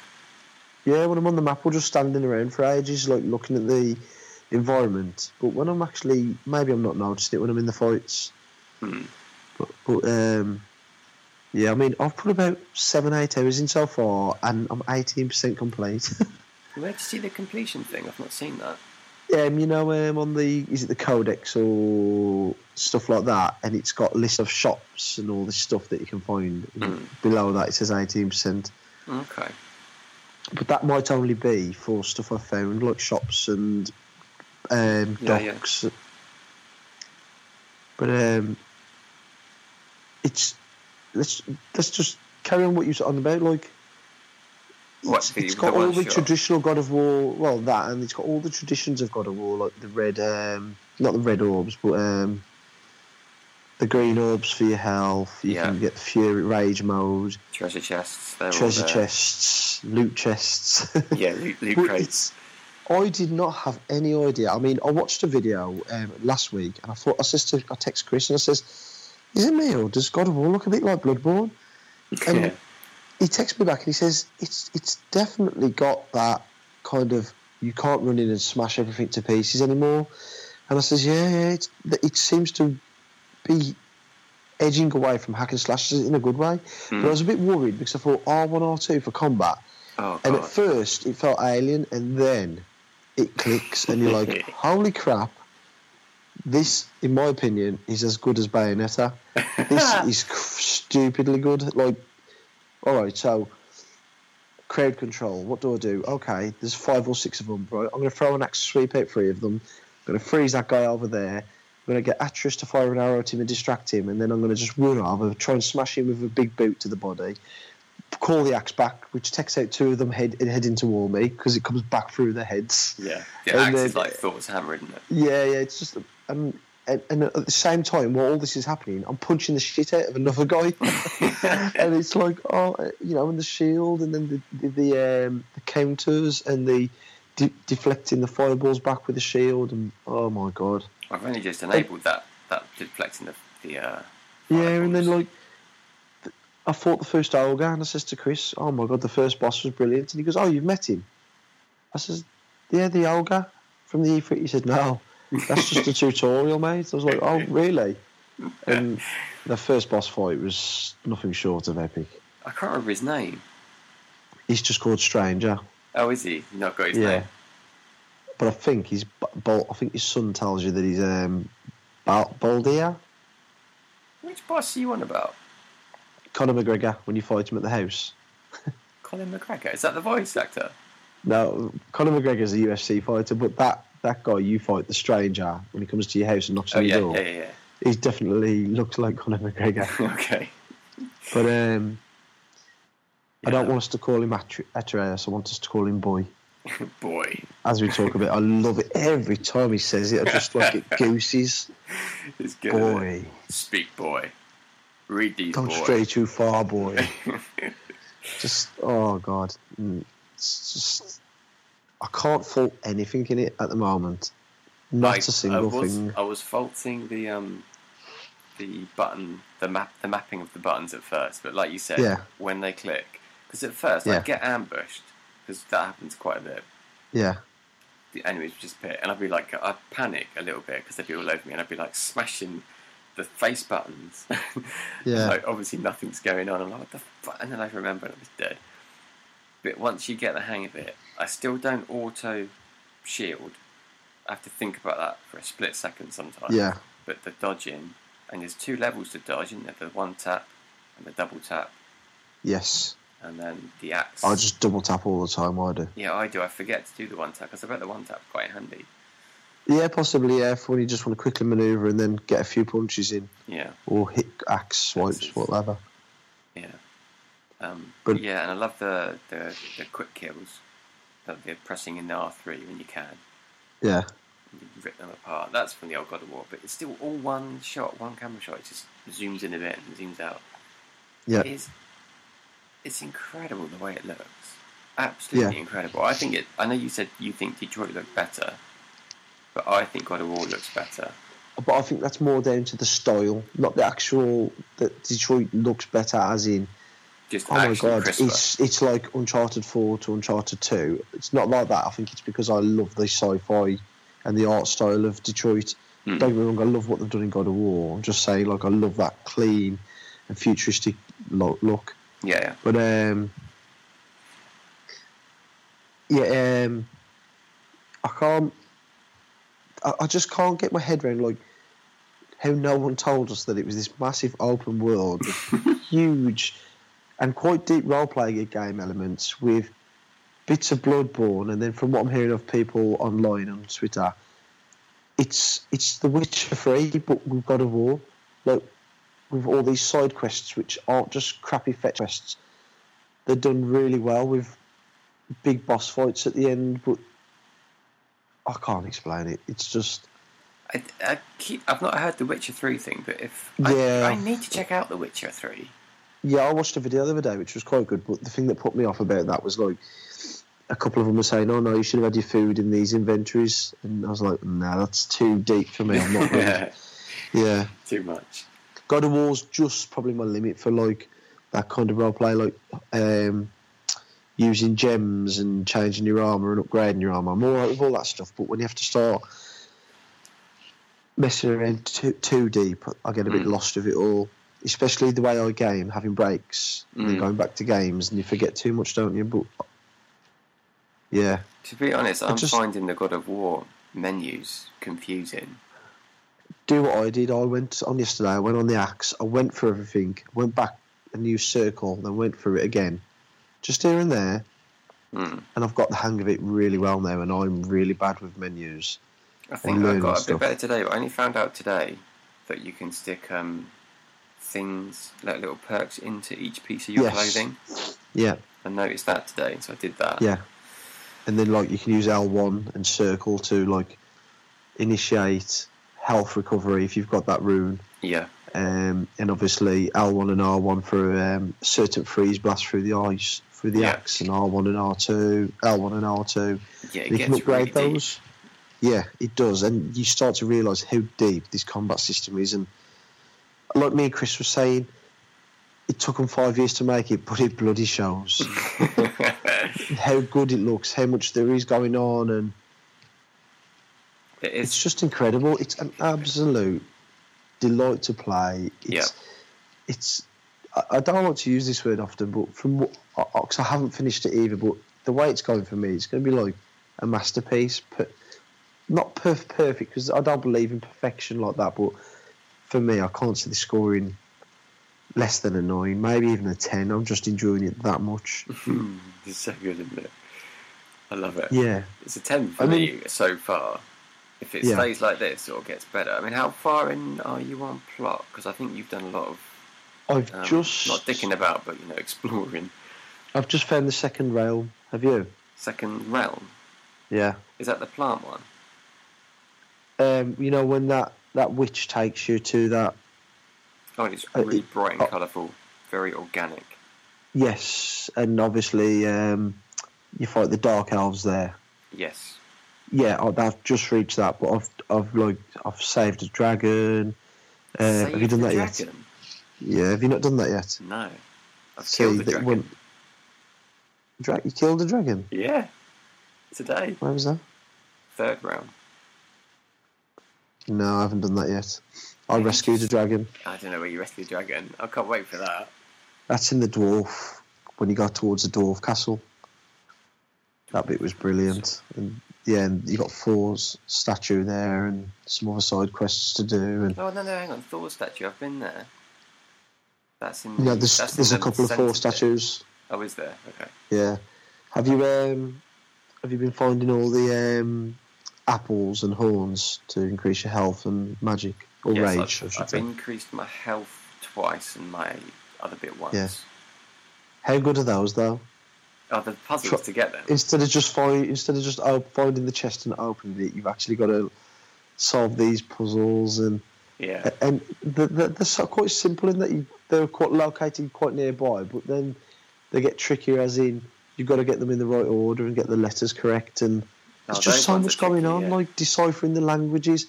B: Yeah, when I'm on the map, we're just standing around for ages, like looking at the environment. But when I'm actually, maybe I'm not noticing it when I'm in the fights.
A: Hmm.
B: But, but um, yeah, I mean, I've put about seven, eight hours in so far, and I'm 18% complete.
A: Where did you see the completion thing? I've not seen that.
B: um, you know, um, on the is it the codex or stuff like that, and it's got a list of shops and all this stuff that you can find.
A: Mm.
B: Below that, it says 18%.
A: Okay.
B: but that might only be for stuff I found, like shops and um,
A: Yeah, yeah.
B: docks. But um, it's let's let's just carry on what you were on about. Like,
A: What,
B: it's,
A: the-
B: it's
A: the
B: got all
A: one
B: the
A: shot?
B: traditional God of War, well, that, and it's got all the traditions of God of War, like the red, um, not the red orbs, but um, the green orbs for your health. You
A: Yeah.
B: can get fury, rage mode,
A: Treasure chests. They're all
B: treasure
A: there.
B: chests, loot chests.
A: Yeah, loot, loot
B: But
A: crates.
B: it's- I did not have any idea. I mean, I watched a video um, last week, and I thought I says to I text Chris and I says, "Is it me or does God of War look a bit like Bloodborne?" And
A: Yeah.
B: he texts me back and he says, "It's it's definitely got that kind of you can't run in and smash everything to pieces anymore." And I says, "Yeah, yeah, it's, it seems to be edging away from hack and slashes in a good way. But I was a bit worried because I thought R1, R2 for combat.
A: Oh,
B: And
A: God.
B: at first, it felt alien, and then it clicks, and you're like, holy crap, this, in my opinion, is as good as Bayonetta. This is c- stupidly good. Like, all right, so crowd control. What do I do? Okay, there's five or six of them, right? I'm going to throw an axe sweep at three of them. I'm going to freeze that guy over there. I'm going to get Atreus to fire an arrow at him and distract him, and then I'm going to just run over, try and smash him with a big boot to the body call the axe back, which takes out two of them head heading toward me because it comes back through their heads.
A: Yeah. The
B: And
A: axe
B: then-
A: is like Thor's hammer, isn't it?
B: Yeah, yeah, it's just um, and, and at the same time, while all this is happening, I'm punching the shit out of another guy, and it's like oh, uh, you know, and the shield, and then the the, the, um, the counters and the. De- deflecting the fireballs back with the shield, and oh my god,
A: I've only just enabled that, that deflecting the. the uh,
B: Yeah, and then
A: Fireballs.
B: like th- I fought the first Olga and I says to Chris, Oh my god, the first boss was brilliant and he goes, Oh, you've met him I says, Yeah, the Olga from the E three he said, No, that's just a tutorial, mate. I was like, Oh, really? And the first boss fight was nothing short of epic.
A: I can't remember his name.
B: He's just called Stranger.
A: Oh, is he? You've Not got his
B: yeah.
A: name.
B: But I think he's Bolt I think his son tells you that he's um Bal- Baldir,
A: Which boss are you on about?
B: Conor McGregor when you fight him at the house.
A: Colin McCracker? Is that the voice actor? Oh,
B: No, Conor McGregor's a UFC fighter, but that, that guy you fight, the stranger, when he comes to your house and knocks
A: Oh,
B: on your
A: yeah,
B: door,
A: yeah, yeah,
B: he definitely looks like Conor McGregor.
A: yeah. okay.
B: but um, I don't
A: Yeah.
B: want us to call him Atre- Atreus. I want us to call him Boy.
A: Boy.
B: As we talk about, I love it every time he says it. I just like it gooses.
A: It's good. isn't it?
B: Boy,
A: Speak, boy. Read these,
B: don't
A: boy.
B: stray too far, boy. just oh god, Mm, it's just I can't fault anything in it at the moment. Not
A: I-
B: a single
A: I was,
B: thing.
A: I was faulting the um, the button, the map, the mapping of the buttons at first, but like you said,
B: Yeah.
A: when they click, because at first
B: Yeah.
A: I'd get ambushed because that happens quite a bit.
B: Yeah.
A: The enemies would just appear, and I'd be like, I'd panic a little bit because they'd be all over me, and I'd be like smashing the face buttons.
B: Yeah.
A: like obviously nothing's going on. I'm like, what the fuck? And then I remember and I was dead. But once you get the hang of it, I still don't auto shield. I have to think about that for a split second sometimes.
B: Yeah.
A: But the dodging, and there's two levels to dodge, isn't there? The one tap and the double tap,
B: Yes.
A: and then the axe.
B: I just double tap all the time. I do.
A: yeah, I do. I forget to do the one tap because I bet the one tap's quite handy.
B: Yeah, possibly. Yeah, for when you just want to quickly maneuver and then get a few punches in
A: Yeah,
B: or hit axe swipes,
A: Axes.
B: whatever.
A: yeah. Um,
B: But-
A: yeah, and I love the, the, the quick kills, that they're pressing in the R3 when you can.
B: Yeah.
A: rip them apart. That's from the old God of War, but it's still all one shot, one camera shot. It just zooms in a bit and zooms out.
B: Yeah.
A: It's it's incredible the way it looks. Absolutely
B: Yeah.
A: incredible. I think it. I know you said you think Detroit looked better, but I think God of War looks better.
B: But I think that's more down to the style, not the actual. That Detroit looks better, as in,
A: Just
B: oh my
A: action
B: god,
A: crisper.
B: it's it's like Uncharted Four to Uncharted Two. It's not like that. I think it's because I love the sci-fi and the art style of Detroit.
A: Mm.
B: Don't get me wrong, I love what they've done in God of War. I'm just saying, like, I love that clean and futuristic lo- look.
A: Yeah, yeah.
B: But um, yeah, um, I can't. I, I just can't get my head around like how no one told us that it was this massive open world, with huge, and quite deep role playing game elements with bits of Bloodborne, and then from what I'm hearing of people online on Twitter, it's it's The Witcher Three, but we've got a war. Like with all these side quests, which aren't just crappy fetch quests. They're done really well with big boss fights at the end, but I can't explain it. It's just
A: I, I keep. I've not heard the Witcher three thing, but if
B: Yeah.
A: I, I need to check out the Witcher three.
B: yeah. I watched a video the other day, which was quite good, but the thing that put me off about that was like a couple of them were saying, "Oh no, you should have had your food in these inventories," and I was like, "No, that's too deep for me. I'm not." really-
A: yeah,
B: yeah.
A: too much.
B: God of War's just probably my limit for like that kind of role play, like um, using gems and changing your armor and upgrading your armor. I'm all right with all that stuff, but when you have to start messing around too, too deep, I get a bit
A: Mm.
B: lost of it all. especially the way I game, having breaks and then
A: Mm.
B: going back to games, and you forget too much, don't you? But yeah,
A: To be honest, I'm
B: just-
A: finding the God of War menus confusing.
B: do what I did. I went on yesterday. I went on the axe. I went for everything. Went back a new circle, then went through it again, just here and there.
A: Hmm.
B: And I've got the hang of it really well now. And I'm really bad with menus.
A: I think I
B: learning
A: got a
B: stuff.
A: bit better today, but I only found out today that you can stick um, things, like little perks, into each piece of your
B: Yes.
A: clothing.
B: Yeah,
A: I noticed that today, so I did that.
B: yeah. And then like you can use L one and circle to like initiate health recovery if you've got that rune.
A: Yeah.
B: um, and obviously L1 and R1 for um, certain freeze blast through the ice, through the
A: Yeah.
B: axe, and R1 and R2, L1 and R2.
A: Yeah, it
B: you can
A: gets really
B: upgrade
A: deep.
B: those. Yeah, it does, and you start to realise how deep this combat system is. And like me and Chris were saying, it took them five years to make it, but it bloody shows how good it looks, how much there is going on, and
A: it
B: it's
A: is.
B: just incredible. It's an absolute delight to play. It's, It's. I- I don't want to use this word often, but from what, because I haven't finished it either. But the way it's going for me, it's going to be like a masterpiece. Per, not perf perfect because I don't believe in perfection like that. But for me, I can't see the scoring less than a nine, maybe even a ten. I'm just enjoying it that much.
A: It's so good, isn't it? I love it.
B: Yeah,
A: It's a 10 for
B: I
A: me so far. If it
B: Yeah.
A: stays like this or gets better, I mean, how far in are you on plot? Because I think you've done a lot of
B: I've
A: um,
B: just
A: not dicking about, but you know, exploring
B: I've just found the second rail. Have you?
A: second realm.
B: Yeah.
A: Is that the plant one?
B: Um, you know when that that witch takes you to that
A: Oh, and it's
B: Uh,
A: really
B: it-
A: bright and
B: oh.
A: colourful, very organic.
B: Yes, and obviously um, you fight the dark elves there.
A: Yes.
B: Yeah, I- I've just reached that, but I've I've like I've saved a dragon. Uh, have you
A: Save
B: done
A: the
B: that yet?
A: dragon?
B: Yeah, have you not done that yet?
A: No. I've
B: See,
A: killed the
B: that
A: dragon.
B: when- Dra- you killed a dragon.
A: Yeah. Today,
B: Where was that?
A: third round.
B: No, I haven't done that yet. I
A: Yeah.
B: rescued a dragon.
A: I don't know where you rescued the dragon. I can't wait for that.
B: That's in the dwarf when you go towards the dwarf castle. That bit was brilliant, and yeah, and you got Thor's statue there, and some other side quests to do, and
A: Oh no, no, hang on, Thor statue. I've been there. That's in.
B: you know, there's
A: that's in
B: there's a
A: the
B: couple of
A: centre
B: Thor
A: bit.
B: statues.
A: Oh, is there? Okay.
B: Yeah, have you um have you been finding all the um apples and horns to increase your health and magic or
A: yes,
B: rage? I
A: I've,
B: should
A: I've
B: say.
A: increased my health twice and my other bit once.
B: Yes. How good are those though?
A: Oh, the puzzles
B: Tro-
A: to get them.
B: instead of just find, instead of just op- finding the chest and opening it, you've actually got to solve these puzzles and
A: Yeah.
B: and the, the, they're so quite simple in that you, they're quite located quite nearby, but then they get trickier as in you've got to get them in the right order and get the letters correct and
A: Oh,
B: there's
A: those
B: just so
A: ones
B: much
A: are tricky,
B: going on
A: yeah.
B: like deciphering the languages,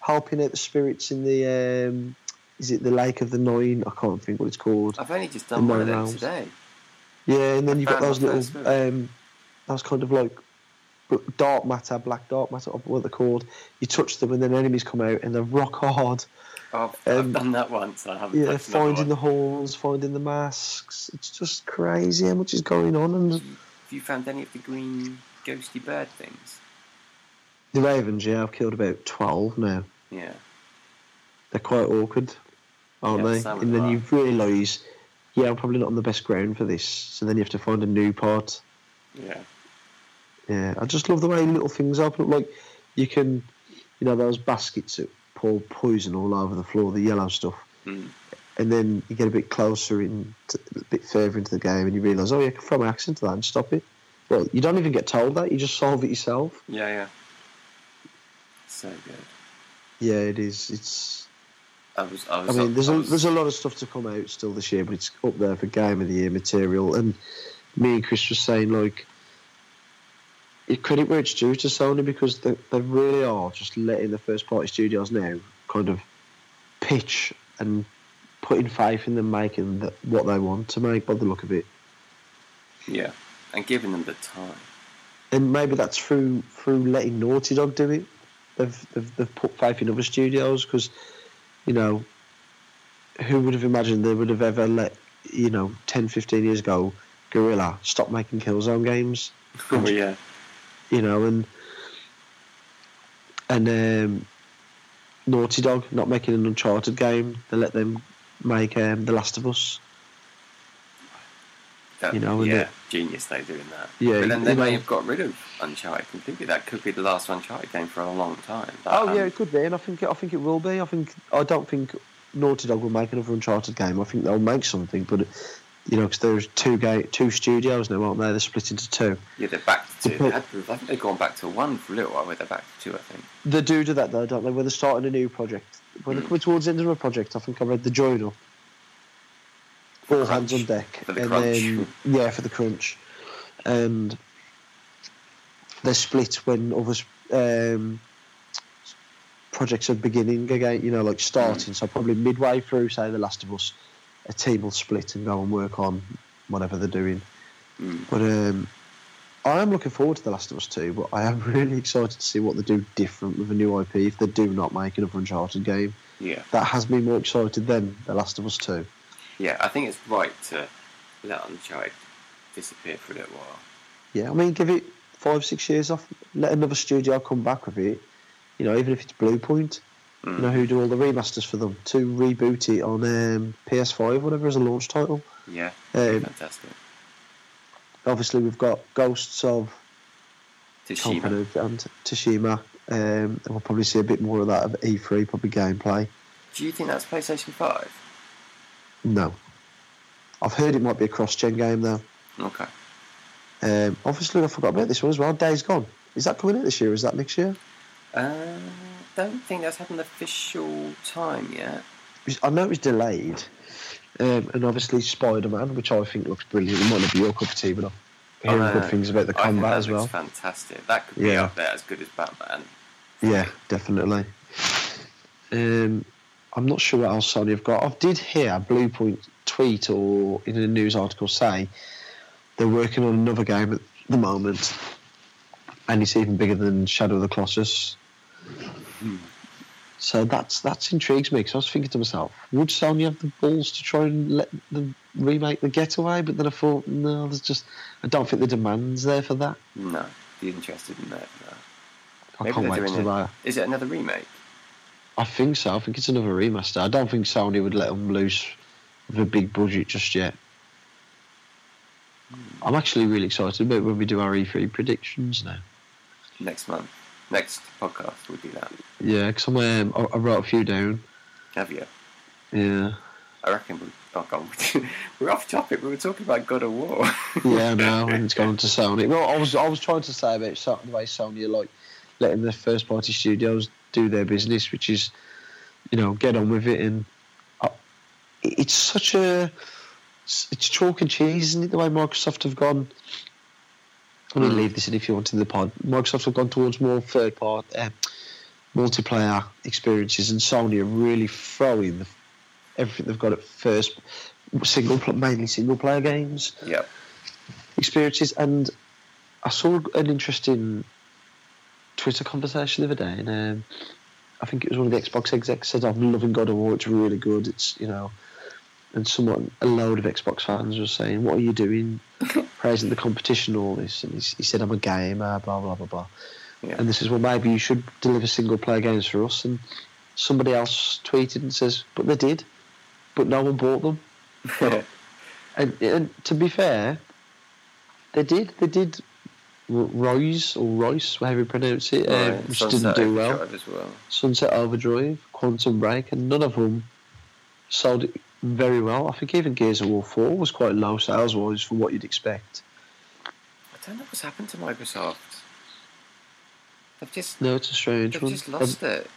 B: helping out the spirits in the um, is it the Lake of the Nine? I can't think what it's called.
A: I've only just done
B: the
A: one of them
B: rounds.
A: today.
B: Yeah, and then
A: I
B: you've got
A: found
B: those
A: my first
B: little, um, those kind of like bl- dark matter, black dark matter, or what they're called. You touch them and then enemies come out and they're rock hard.
A: Oh, I've
B: Um,
A: done that once. I haven't.
B: Yeah,
A: touched another
B: finding
A: one.
B: the horns, finding the masks. It's just crazy how much is going on. And
A: Have you found any of the green ghosty bird things?
B: the ravens, yeah, I've killed about 12 now.
A: Yeah.
B: They're quite awkward, aren't
A: Yeah,
B: they?
A: some
B: And then
A: are.
B: you realise, yeah, I'm probably not on the best ground for this. So then you have to find a new part.
A: Yeah.
B: Yeah, I just love the way little things open up. Like you can, you know, those baskets that pour poison all over the floor, the yellow stuff,
A: Mm.
B: and then you get a bit closer in, t- a bit further into the game, and you realise, oh, yeah, I can throw my axe into that and stop it. Well, you don't even get told that; you just solve it yourself.
A: Yeah. Yeah. So good.
B: Yeah, it is. It's.
A: I was. I
B: I
A: was.
B: mean, there's
A: I
B: a
A: was-
B: there's a lot of stuff to come out still this year, but it's up there for game of the year material. And me and Chris were saying like, you credit where it's due to Sony because they, they really are just letting the first party studios now kind of pitch and putting faith in them making the, what they want to make by the look of it.
A: Yeah. And giving them the time.
B: And maybe that's through through letting Naughty Dog do it. They've they've, they've put faith in other studios because you know who would have imagined they would have ever let you know 10, 15 years ago Gorilla stop making Killzone games?
A: Oh, yeah.
B: You know, and and um, Naughty Dog not making an Uncharted game, they let them make um, The Last of Us.
A: That,
B: You know, and
A: yeah,
B: it-
A: genius though doing that.
B: Yeah,
A: but then they
B: you
A: may
B: know-
A: have got rid of Uncharted completely. That could be the last Uncharted game for a long time. That,
B: Oh
A: um,
B: yeah, it could be, and I think I think it will be. I think I don't think Naughty Dog will make another Uncharted game. I think they'll make something, but you know, because there's two ga- two studios now, aren't they? They're split into two.
A: yeah, they're back to two.
B: But-
A: They had, I think they've gone back to one for a little while. But they're back to two, I think.
B: They do do that though, don't they? When they're starting a new project, when they come towards the end of a project, I think I read the journal. All hands on
A: crunch.
B: deck,
A: For the
B: and
A: crunch.
B: then yeah, for the crunch, and they're split when others. Um, projects are beginning again, you know, like starting.
A: Mm.
B: So probably midway through, say, The Last of Us, a team will split and go and work on whatever they're doing.
A: Mm.
B: But um, I am looking forward to The Last of Us 2, but I am really excited to see what they do different with a new IP if they do not make another Uncharted game.
A: Yeah,
B: That has me more excited than The Last of Us 2.
A: yeah. I think it's right to let Uncharted disappear for a little while.
B: Yeah, I mean, give it five, six years off, let another studio come back with it. You know, even if it's Blue Point,
A: Mm.
B: you know, who do all the remasters for them, to reboot it on um, PS5, whatever is a launch title.
A: Yeah,
B: Um,
A: fantastic.
B: obviously, we've got Ghosts of
A: Tsushima.
B: Confident and Tashima. Um, and we'll probably see a bit more of that of E3, probably gameplay.
A: Do you think that's PlayStation Five?
B: No. I've heard it might be a cross gen game, though.
A: Okay.
B: Um, obviously, I forgot about this one as well. Days Gone. Is that coming out this year? Is that next year?
A: Uh, don't think that's had an official time yet.
B: It's- I know it was delayed. Um, and obviously, Spider Man, which I think looks brilliant. It might not be your cup of tea, but I'm hearing
A: Uh,
B: good things about the
A: I think
B: combat
A: that
B: as
A: looks
B: well.
A: Fantastic. That could be
B: Yeah.
A: up there as good as Batman.
B: Yeah, definitely. Um, I'm not sure what else Sony have got. I did hear Blue Point tweet or in a news article say they're working on another game at the moment, and it's even bigger than Shadow of the Colossus. So that's that's intrigues me because I was thinking to myself, would Sony have the balls to try and let them remake the Getaway? But then I thought, no, there's just I don't think the demand's there for that.
A: No, be interested in that. No.
B: I
A: Maybe
B: can't
A: they're
B: wait
A: doing
B: to
A: it.
B: that.
A: Is it another remake?
B: I think so. I think it's another remaster. I don't think Sony would let them loose with a big budget just yet. I'm actually really excited about when we do our E3 predictions now.
A: Next month, next podcast will do that.
B: Yeah, because I'm um, I, I wrote a few down.
A: Have you?
B: Yeah,
A: I reckon we. Oh, God, we're off topic. We were talking about God of War.
B: yeah, no, and it's gone to Sony. Well, I was I was trying to say about so- the way Sony are like letting their first party studios do their business, which is you know get on with it, and I, it's such a it's it's chalk and cheese, isn't it? The way Microsoft have gone. I'm going to leave this in if you want in the pod. Microsoft have gone towards more third part uh, multiplayer experiences, and Sony are really throwing the, everything they've got at first single pl- mainly single player games
A: yep.
B: experiences. And I saw an interesting Twitter conversation the other day, and um, I think it was one of the Xbox execs said, "I'm loving God of War. It's really good. It's you know." And someone, a load of Xbox fans, was saying, "What are you doing? Praising the competition, all this." And he, s- he said, "I'm a gamer, blah blah blah blah."
A: Yeah.
B: And this is well, maybe you should deliver single player games for us. And somebody else tweeted and says, "But they did, but no one bought them." Oh, And, and to be fair, they did. They did. R- Royce or Royce, however you pronounce it, uh,
A: Right,
B: which
A: Sunset
B: didn't do well.
A: Overdrive As well.
B: Sunset Overdrive, Quantum Break, and none of them sold it very well. I think even Gears of War Four was quite low sales wise for what you'd expect.
A: I don't know what's happened to Microsoft. They've just
B: No, it's a strange
A: they've
B: one. Um,
A: just lost it.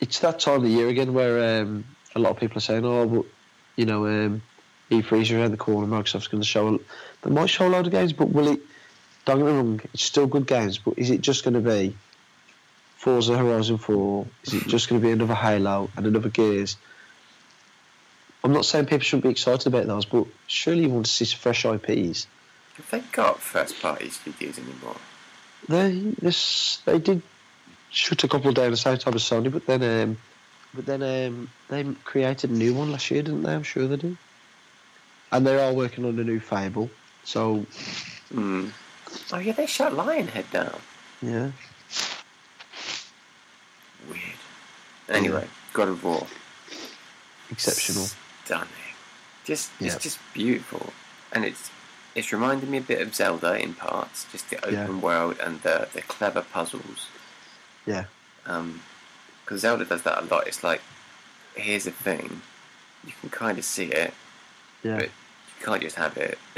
B: it's that time of year again where um, a lot of people are saying, "Oh, but you know, um, E3's around the corner. Microsoft's going to show. a- They might show a load of games, but will it? Don't get me wrong, it's still good games, but is it just going to be Forza Horizon Four? Is it just going to be another Halo and another Gears? I'm not saying people shouldn't be excited about those, but surely you want to see some fresh IPs.
A: Have they got first party studios anymore?
B: They this they did shoot a couple down the same time as Sony, but then um, But then um, they created a new one last year, didn't they? I'm sure they did. And they are working on a new Fable. So Hmm.
A: Mm. Oh yeah, they shut Lionhead down.
B: yeah,
A: Weird. Anyway, God of War.
B: exceptional.
A: Stunning. Just
B: Yeah.
A: it's just beautiful, and it's it's reminded me a bit of Zelda in parts. Just the open
B: Yeah.
A: world and the the clever puzzles.
B: Yeah.
A: Because Zelda does that a lot. It's like here's a thing, you can kind of see it.
B: Yeah.
A: But- You can't just have it.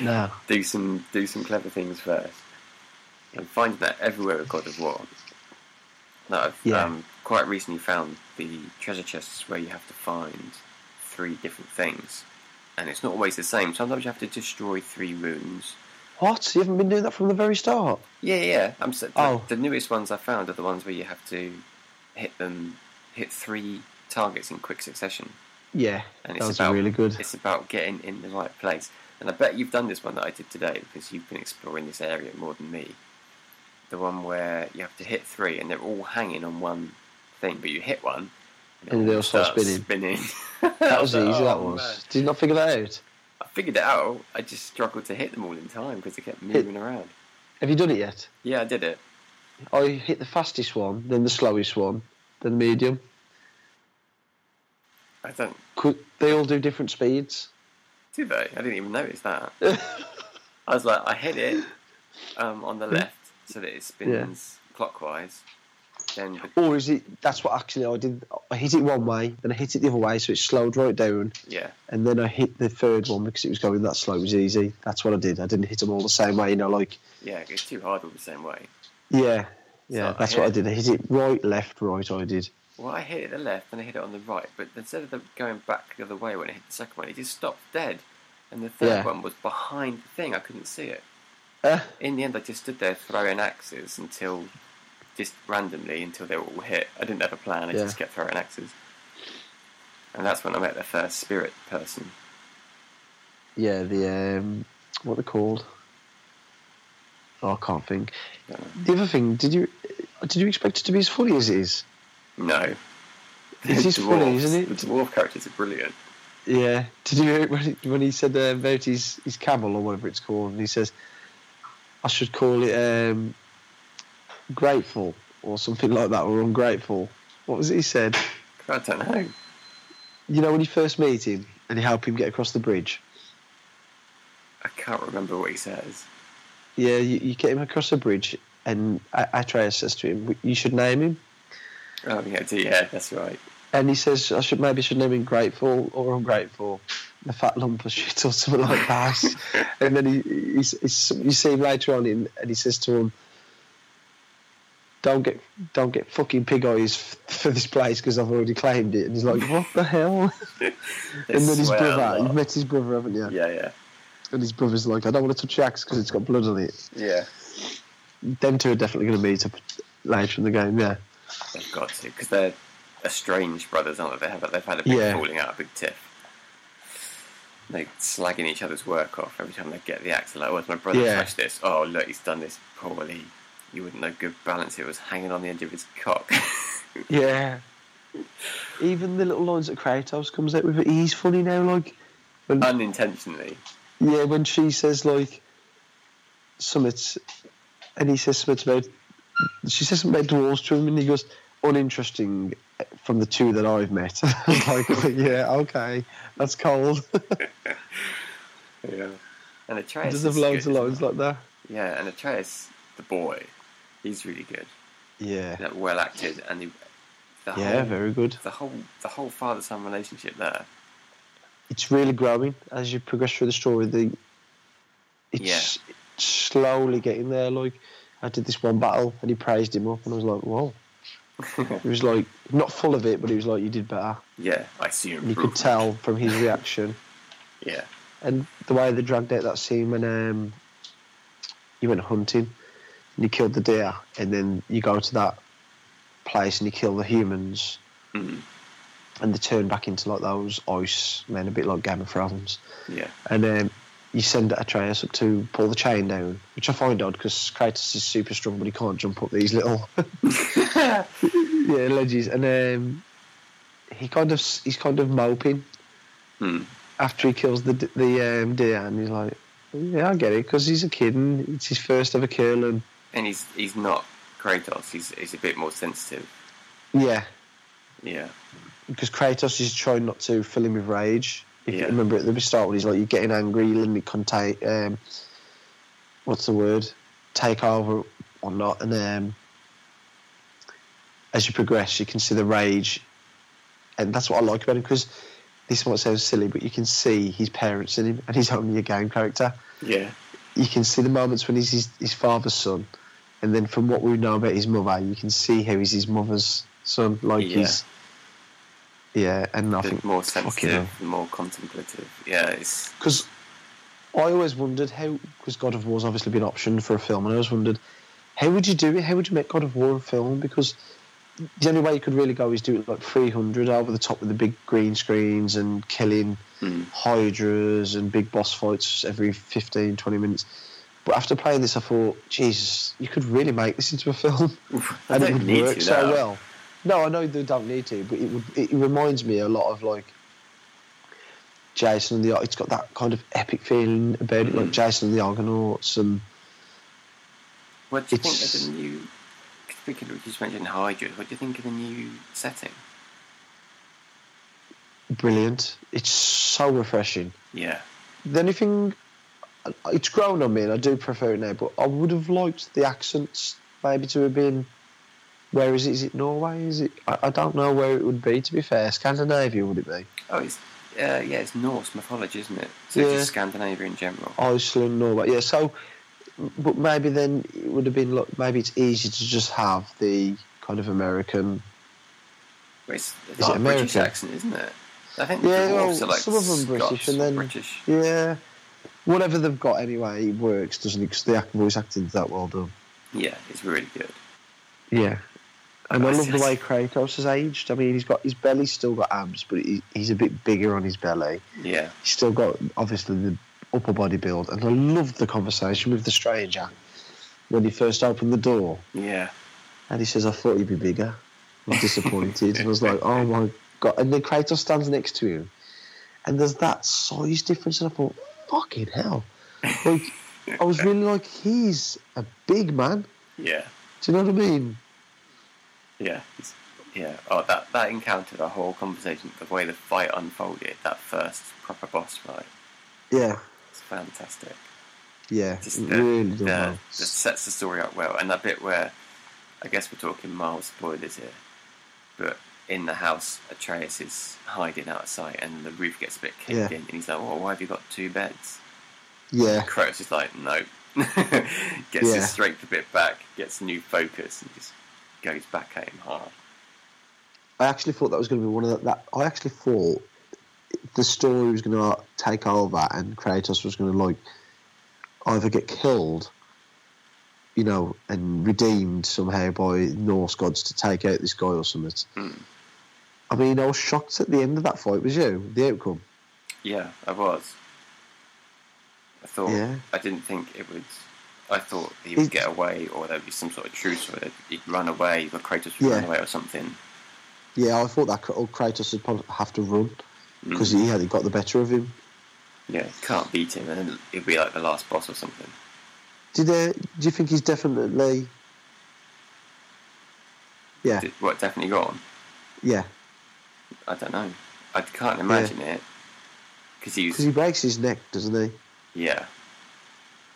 B: No.
A: do some do some clever things first. I'm finding that everywhere with God of War. That I've
B: Yeah.
A: um, quite recently found the treasure chests where you have to find three different things, and it's not always the same. Sometimes you have to destroy three runes.
B: What? You haven't been doing that from the very start?
A: Yeah, yeah. I'm s- the,
B: Oh.
A: the newest ones I found are the ones where you have to hit them, hit three targets in quick succession,
B: Yeah,
A: and
B: that
A: it's
B: was
A: about
B: really good.
A: it's about getting in the right place. And I bet you've done this one that I did today because you've been exploring this area more than me. The one where you have to hit three and they're all hanging on one thing, but you hit one
B: And they
A: it
B: all start
A: starts
B: spinning.
A: spinning.
B: That was easy.
A: Oh,
B: that was.
A: man.
B: Did you not figure that out?
A: I figured it out. I just struggled to hit them all in time because they kept moving around.
B: Have you done it yet?
A: Yeah, I did it.
B: I hit the fastest one, then the slowest one, then the medium.
A: I don't
B: Could they all do different speeds?
A: do they? I didn't even notice that. I was like, I hit it um, on the left so that it spins clockwise. Then the
B: Or is it that's what actually I did? I hit it one way, then I hit it the other way, so it slowed right down,
A: yeah.
B: and then I hit the third one because it was going that slow. It was easy. That's what I did. I didn't hit them all the same way. You know, like
A: Yeah, it's too hard all the same way.
B: yeah,
A: So
B: yeah.
A: I
B: that's what I
A: hit-
B: did. I hit it right, left, right. I did.
A: Well, I hit it the left and I hit it on the right, but instead of the, going back the other way when I hit the second one, it just stopped dead. And the third
B: Yeah.
A: one was behind the thing, I couldn't see it.
B: Uh,
A: In the end, I just stood there throwing axes until, just randomly, until they were all hit. I didn't have a plan, I
B: Yeah.
A: just kept throwing axes. And that's when I met the first spirit person.
B: yeah, the um, what they're called. Oh, I can't think.
A: Don't know.
B: The other thing, did you did you expect it to be as funny as it is?
A: No.
B: It is funny,
A: Dwarves-
B: isn't it?
A: The dwarf characters are brilliant.
B: Yeah. Did you hear it when he, when he said uh, about his, his camel or whatever it's called? And he says, I should call it um, grateful or something like that, or ungrateful. What was it he said?
A: I don't know.
B: You know, when you first meet him and you help him get across the bridge?
A: I can't remember what he says.
B: Yeah, you, you get him across the bridge, and A- Atreus says to him, You should name him.
A: Oh, yeah, D, yeah, that's right.
B: And he says, I should maybe should name him grateful or ungrateful. The fat lump of shit or something like that. and then he, he, he, you see him later on, in, and he says to him, "Don't get, don't get fucking pig eyes f- for this place because I've already claimed it." And he's like, "What the hell?"
A: They
B: and then his
A: swear a
B: brother,
A: lot.
B: you've met his brother, haven't you?
A: Yeah, yeah.
B: And his brother's like, "I don't want to touch your axe because it's got blood on it."
A: Yeah.
B: Them two are definitely going to meet up later in the game. Yeah,
A: They've got to, because they're estranged brothers, aren't they? They have, they've had a big
B: Yeah.
A: falling out, a big tiff. They're slagging each otherher's work off every time they get the axe. Like, oh, has my brother
B: Yeah.
A: touched this? Oh, look, he's done this poorly. You wouldn't know good balance. It was hanging on the edge of his cock.
B: yeah. Even the little lines that Kratos comes out with, he's funny now. Like, when-
A: Unintentionally.
B: Yeah, when she says like summits, and he says something about she says something about dwarves to him, and he goes uninteresting from the two that I've met. like, yeah, okay, that's cold.
A: Yeah. And Atreus. is
B: Does have
A: good
B: loads of
A: as
B: lines
A: well.
B: like that.
A: Yeah, and Atreus, the boy, he's really good.
B: Yeah,
A: Like, well acted, and the, the
B: yeah,
A: whole,
B: very good.
A: the whole the whole father son relationship there.
B: It's really growing as you progress through the story. The it's it's slowly getting there. Like, I did this one battle, and he praised him up, and I was like, whoa. he was like not full of it, but he was like, you did better.
A: Yeah, I see him.
B: You could tell from his reaction.
A: Yeah.
B: and the way they dragged out that scene when um, you went hunting and you killed the deer, and then you go to that place and you kill the humans,
A: Mhm.
B: and they turn back into like those ice men, a bit like Game of Thrones,
A: Yeah.
B: and um, you send Atreus up to pull the chain down, which I find odd because Kratos is super strong, but he can't jump up these little yeah ledges, and um, he kind of he's kind of moping
A: Hmm.
B: after he kills the the um, deer, and he's like, "Yeah, I get it, because he's a kid and it's his first ever kill, and
A: And he's he's not Kratos. He's he's a bit more sensitive.
B: yeah,
A: Yeah.
B: because Kratos is trying not to fill him with rage. If
A: Yeah.
B: you remember at the start when he's like, "You're getting angry, you're letting it contain um, what's the word, take over or not," and um, as you progress, you can see the rage, and that's what I like about him because this might sound silly, but you can see his parents in him, and he's only a game character.
A: Yeah.
B: you can see the moments when he's his, his father's son, and then from what we know about his mother, you can see how he's his mother's son. Like
A: Yeah.
B: he's, yeah, and I
A: The
B: think
A: more
B: fucking uh,
A: sensitive, the more contemplative. Yeah, it's
B: because I always wondered how because God of War's obviously been optioned for a film, and I always wondered how would you do it? How would you make God of War a film? Because the only way you could really go is do it like 300 over the top with the big green screens and killing
A: mm,
B: hydras and big boss fights every 15, 20 minutes. But after playing this, I thought, Jesus, you could really make this into a film,
A: I
B: and it
A: don't
B: would
A: need
B: work
A: to
B: so
A: now.
B: well. No, I know they don't need to, but it would. It reminds me a lot of like Jason and the. It's got that kind of epic feeling about it, like
A: Mhm.
B: Jason and the Argonauts, and
A: What do you
B: It's-
A: think of the new? Speaking of, you just mentioned Hydra. What do you think of the new setting?
B: brilliant. It's so refreshing.
A: Yeah,
B: The only thing, uh, it's grown on me, and I do prefer it now. But I would have liked the accents maybe to have been. Where is it? Is it Norway? Is it? I, I don't know where it would be. To be fair, Scandinavia would it be?
A: Oh, it's uh, yeah, it's Norse mythology, isn't it? So
B: Yeah.
A: just Scandinavia in general.
B: Iceland, Norway. Yeah. So, but maybe then it would have been. Look, maybe it's easier to just have the kind of American.
A: But it's it's
B: Is
A: like
B: it
A: a British
B: American?
A: accent, isn't it? I think the
B: Yeah,
A: dwarves
B: well,
A: are like
B: some of them British
A: Scots
B: and
A: or
B: then-
A: British.
B: Yeah. Whatever they've got anyway, it works, doesn't it? Because the act- voice acting's that well done.
A: Yeah, it's really good.
B: Yeah. And I
A: That's
B: love the
A: just-
B: way Kratos has aged. I mean, he's got his belly's still got abs, but he, he's a bit bigger on his belly.
A: Yeah,
B: He's still got obviously the upper body build, and I love the conversation with the stranger when he first opened the door,
A: yeah,
B: and he says, "I thought you'd be bigger." I'm disappointed, and I was like, "Oh my god!" And then Kratos stands next to him, and there's that size difference, and I thought, "Fucking hell!" Like, I was really like, "He's a big man."
A: yeah,
B: Do you know what I mean?
A: yeah, it's, yeah. Oh, that that encounter, the whole conversation, the way the fight unfolded, that first proper boss fight,
B: Yeah,
A: it's fantastic.
B: yeah,
A: Just uh,
B: it
A: the-
B: really done
A: Yeah,
B: well.
A: that sets the story up well. And that bit where, I guess we're talking mild spoilers here, but in the house, Atreus is hiding outside and the roof gets a bit caved
B: Yeah.
A: in. And he's like, well, why have you got two beds?
B: Yeah,
A: Kratos is like, no. gets
B: Yeah.
A: his strength a bit back, gets new focus, and just goes back at him hard.
B: I actually thought that was going to be one of the, that. I actually thought the story was going to take over, and Kratos was going to like either get killed, you know, and redeemed somehow by Norse gods to take out this guy or something.
A: Mm.
B: I mean, I was shocked at the end of that fight. Was you the outcome?
A: Yeah, I was. I thought,
B: Yeah.
A: I didn't think it would. I thought he would
B: It-
A: get away, or there'd be some sort of truce, or he'd run away, or Kratos would
B: Yeah.
A: run away, or something.
B: Yeah, I thought that Kr- oh, Kratos would probably have to run
A: Mm.
B: because he had got the better of him.
A: Yeah, can't beat him, and then it'd be like the last boss or something.
B: Did uh, do you think he's definitely? Yeah,
A: Did, what definitely gone?
B: yeah,
A: I don't know. I can't imagine it because he
B: because
A: was
B: he breaks his neck, doesn't he?
A: yeah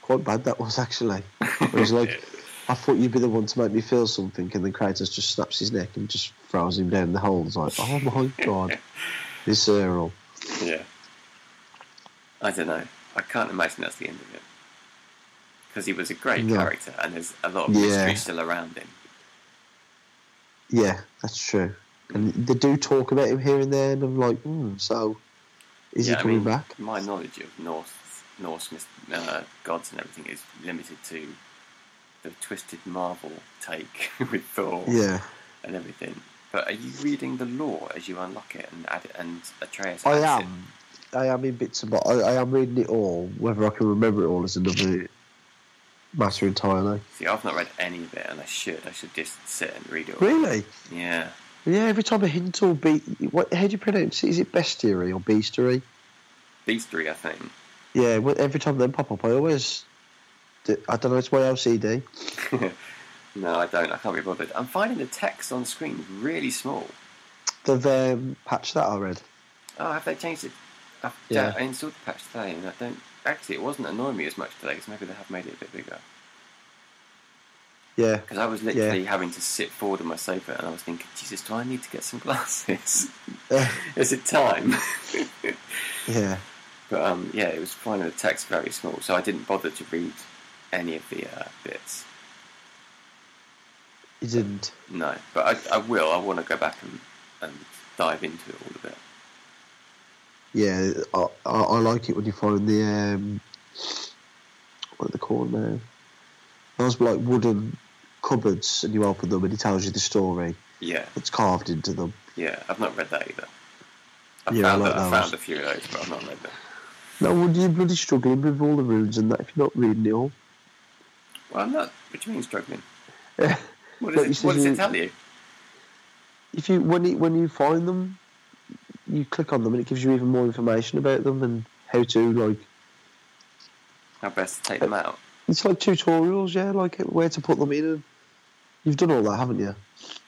B: quite bad that was actually. It was like, I thought you'd be the one to make me feel something, and then Kratos just snaps his neck and just throws him down the hole. It's like, oh my god, this Earl.
A: yeah. I don't know. I can't imagine that's the end of it because he was a great
B: No.
A: character, and there's a lot of
B: Yeah.
A: mystery still around him.
B: Yeah, that's true. And they do talk about him here and there, and I'm like, hmm, so is
A: Yeah,
B: he
A: I
B: coming
A: mean,
B: back?
A: My knowledge of Norse Norse myth- uh, gods and everything is limited to the twisted Marvel take with Thor.
B: Yeah,
A: and everything. But are you reading the law as you unlock it and add it and Atreus?
B: I
A: adds
B: am. I am in bits and bobs. I, I am reading it all. Whether I can remember it all is another matter entirely.
A: It. See, I've not read any of it, and I should. I should just sit and read it. all.
B: Really?
A: Yeah.
B: Yeah, every time a hint or be what? How do you pronounce it? Is it bestiary or beastery?
A: Beastery, I think.
B: Yeah, well, every time they pop up, I always. I don't know. It's my LCD.
A: no, I don't. I can't be bothered. I'm finding the text on screen really small.
B: They've um, patched that already.
A: Oh, have they changed it? I,
B: Yeah.
A: I installed the patch today, and I don't. Actually, it wasn't annoying me as much today, because maybe they have made it a bit bigger.
B: Yeah,
A: Because I was literally having to sit forward on my sofa, and I was thinking, Jesus, do I need to get some glasses?
B: yeah,
A: Is it time?
B: yeah.
A: But um, yeah, it was finding the text very small, so I didn't bother to read any of the uh, bits.
B: You didn't.
A: No, but I, I will. I want to go back and, and dive into it all a bit.
B: Yeah, I, I, I like it when you find the um, what are they called now? Those like wooden cupboards, and you open them, and it tells you the story
A: Yeah,
B: that's carved into them.
A: yeah. I've not read that either. I
B: Yeah, I
A: found,
B: like
A: that- I
B: that
A: found
B: one.
A: a few of those, but I've not read them.
B: No wonder you're bloody struggling with all the runes and that if you're not reading it all.
A: Well, I'm not. What do you mean struggling?
B: Yeah.
A: What,
B: But you
A: is it,
B: said
A: what does
B: you-
A: it tell you?
B: If you when you, when you find them, you click on them, and it gives you even more information about them and how to like.
A: How best to take them out?
B: It's like tutorials, yeah, like where to put them in. And you've done all that, haven't you?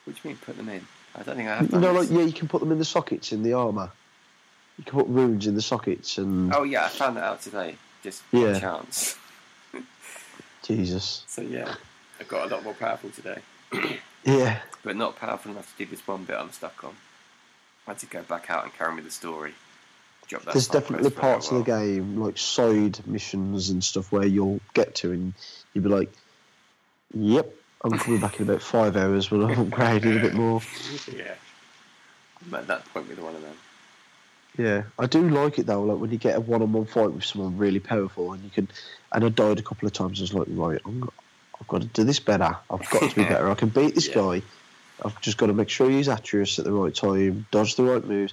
A: What do you mean put them in? I don't think I have. Done
B: You know,
A: this.
B: like yeah, you can put them in the sockets in the armor. You can put runes in the sockets and
A: Oh yeah, I found that out today, just by
B: Yeah.
A: chance.
B: Jesus,
A: So yeah, I got a lot more powerful today.
B: yeah,
A: but not powerful enough to do this one bit I'm stuck on. I had to go back out and carry me the story. Drop that
B: there's
A: side
B: definitely
A: quest for a
B: parts of the
A: while.
B: game like side missions and stuff where you'll get to and you'll be like, "Yep, I'm coming back in about five hours when I've upgraded a bit more."
A: Yeah. I'm at that point with one of them.
B: Yeah, I do like it though. Like when you get a one-on-one fight with someone really powerful, and you can, and I died a couple of times. I was like, right, I'm, go- I've got to do this better. I've got to be better. I can beat this
A: Yeah.
B: guy. I've just got to make sure he's accurate at the right time, dodge the right moves,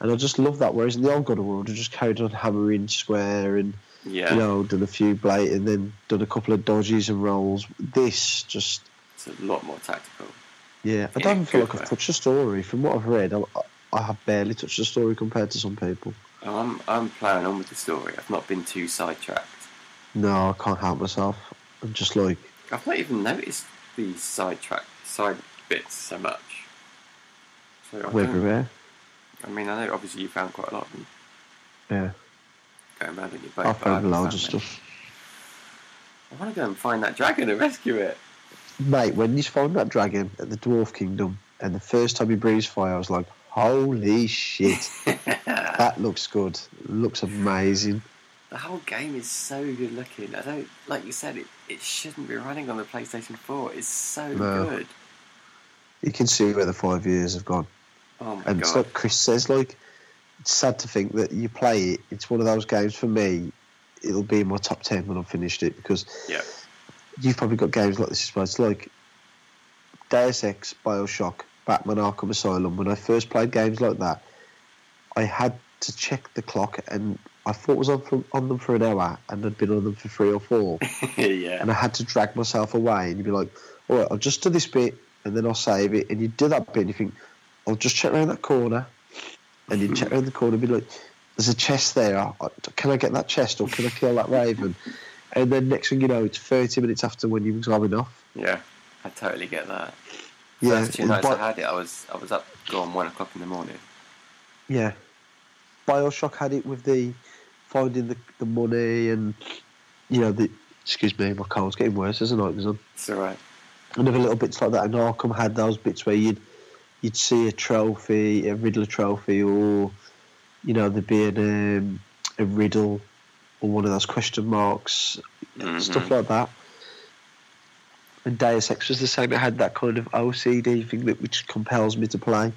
B: and I just love that. Whereas in the old God of War, I just carried on hammering, squaring,
A: Yeah.
B: you know, done a few blight, and then done a couple of dodges and rolls. This just,
A: It's a lot more tactical.
B: yeah, I
A: Yeah,
B: don't feel
A: good
B: like I've
A: work.
B: touched the story. From what I've read, I, I have barely touched the story compared to some people.
A: I'm I'm ploughing on with the story. I've not been too sidetracked.
B: No, I can't help myself. I'm just like,
A: I've not even noticed the sidetrack side bits so much. So I,
B: we're
A: don't,
B: everywhere.
A: I mean, I know obviously you found quite a lot of them
B: Yeah,
A: going around in your boat.
B: I
A: but I
B: found
A: haven't
B: loads of
A: found many.
B: stuff.
A: I want to go and find that dragon and rescue it.
B: Mate, when you found that dragon at the Dwarf Kingdom, and the first time he breathes fire, I was like, holy shit, that looks good. Looks amazing.
A: The whole game is so good looking. I don't like you said it. It shouldn't be running on the PlayStation Four. It's so
B: No.
A: good.
B: You can see where the five years have gone.
A: Oh my
B: And it's
A: god!
B: like Chris says, like, it's sad to think that you play it. It's one of those games for me. It'll be in my top 10 when I've finished it because
A: yeah,
B: you've probably got games like this as well. It's like Deus Ex, Bioshock, Batman Arkham Asylum. When I first played games like that, I had to check the clock and I thought I was on, for, on them for an hour and I'd been on them for three or four.
A: yeah,
B: and I had to drag myself away and you'd be like, all right, I'll just do this bit and then I'll save it. And you do that bit and you think, I'll just check around that corner. And you check around the corner and be like, there's a chest there. I- I- Can I get that chest or can I kill that raven? And then next thing you know, it's 30 minutes after when you've got enough.
A: yeah. I totally get that.
B: Yeah,
A: First two
B: and
A: nights
B: Bi-
A: I had it, I was I was up gone one o'clock in the morning.
B: yeah. Bioshock had it with the finding the, the money and you know the excuse me, my cold's getting worse, isn't it? 'Cause I'm-
A: It's all right.
B: Another little bits like that, and Arkham had those bits where you'd you'd see a trophy, a Riddler trophy, or you know there'd be an, um, a riddle or one of those question marks
A: Mhm.
B: stuff like that. And Deus Ex was the same. It had that kind of OCD thing that which compels me to play.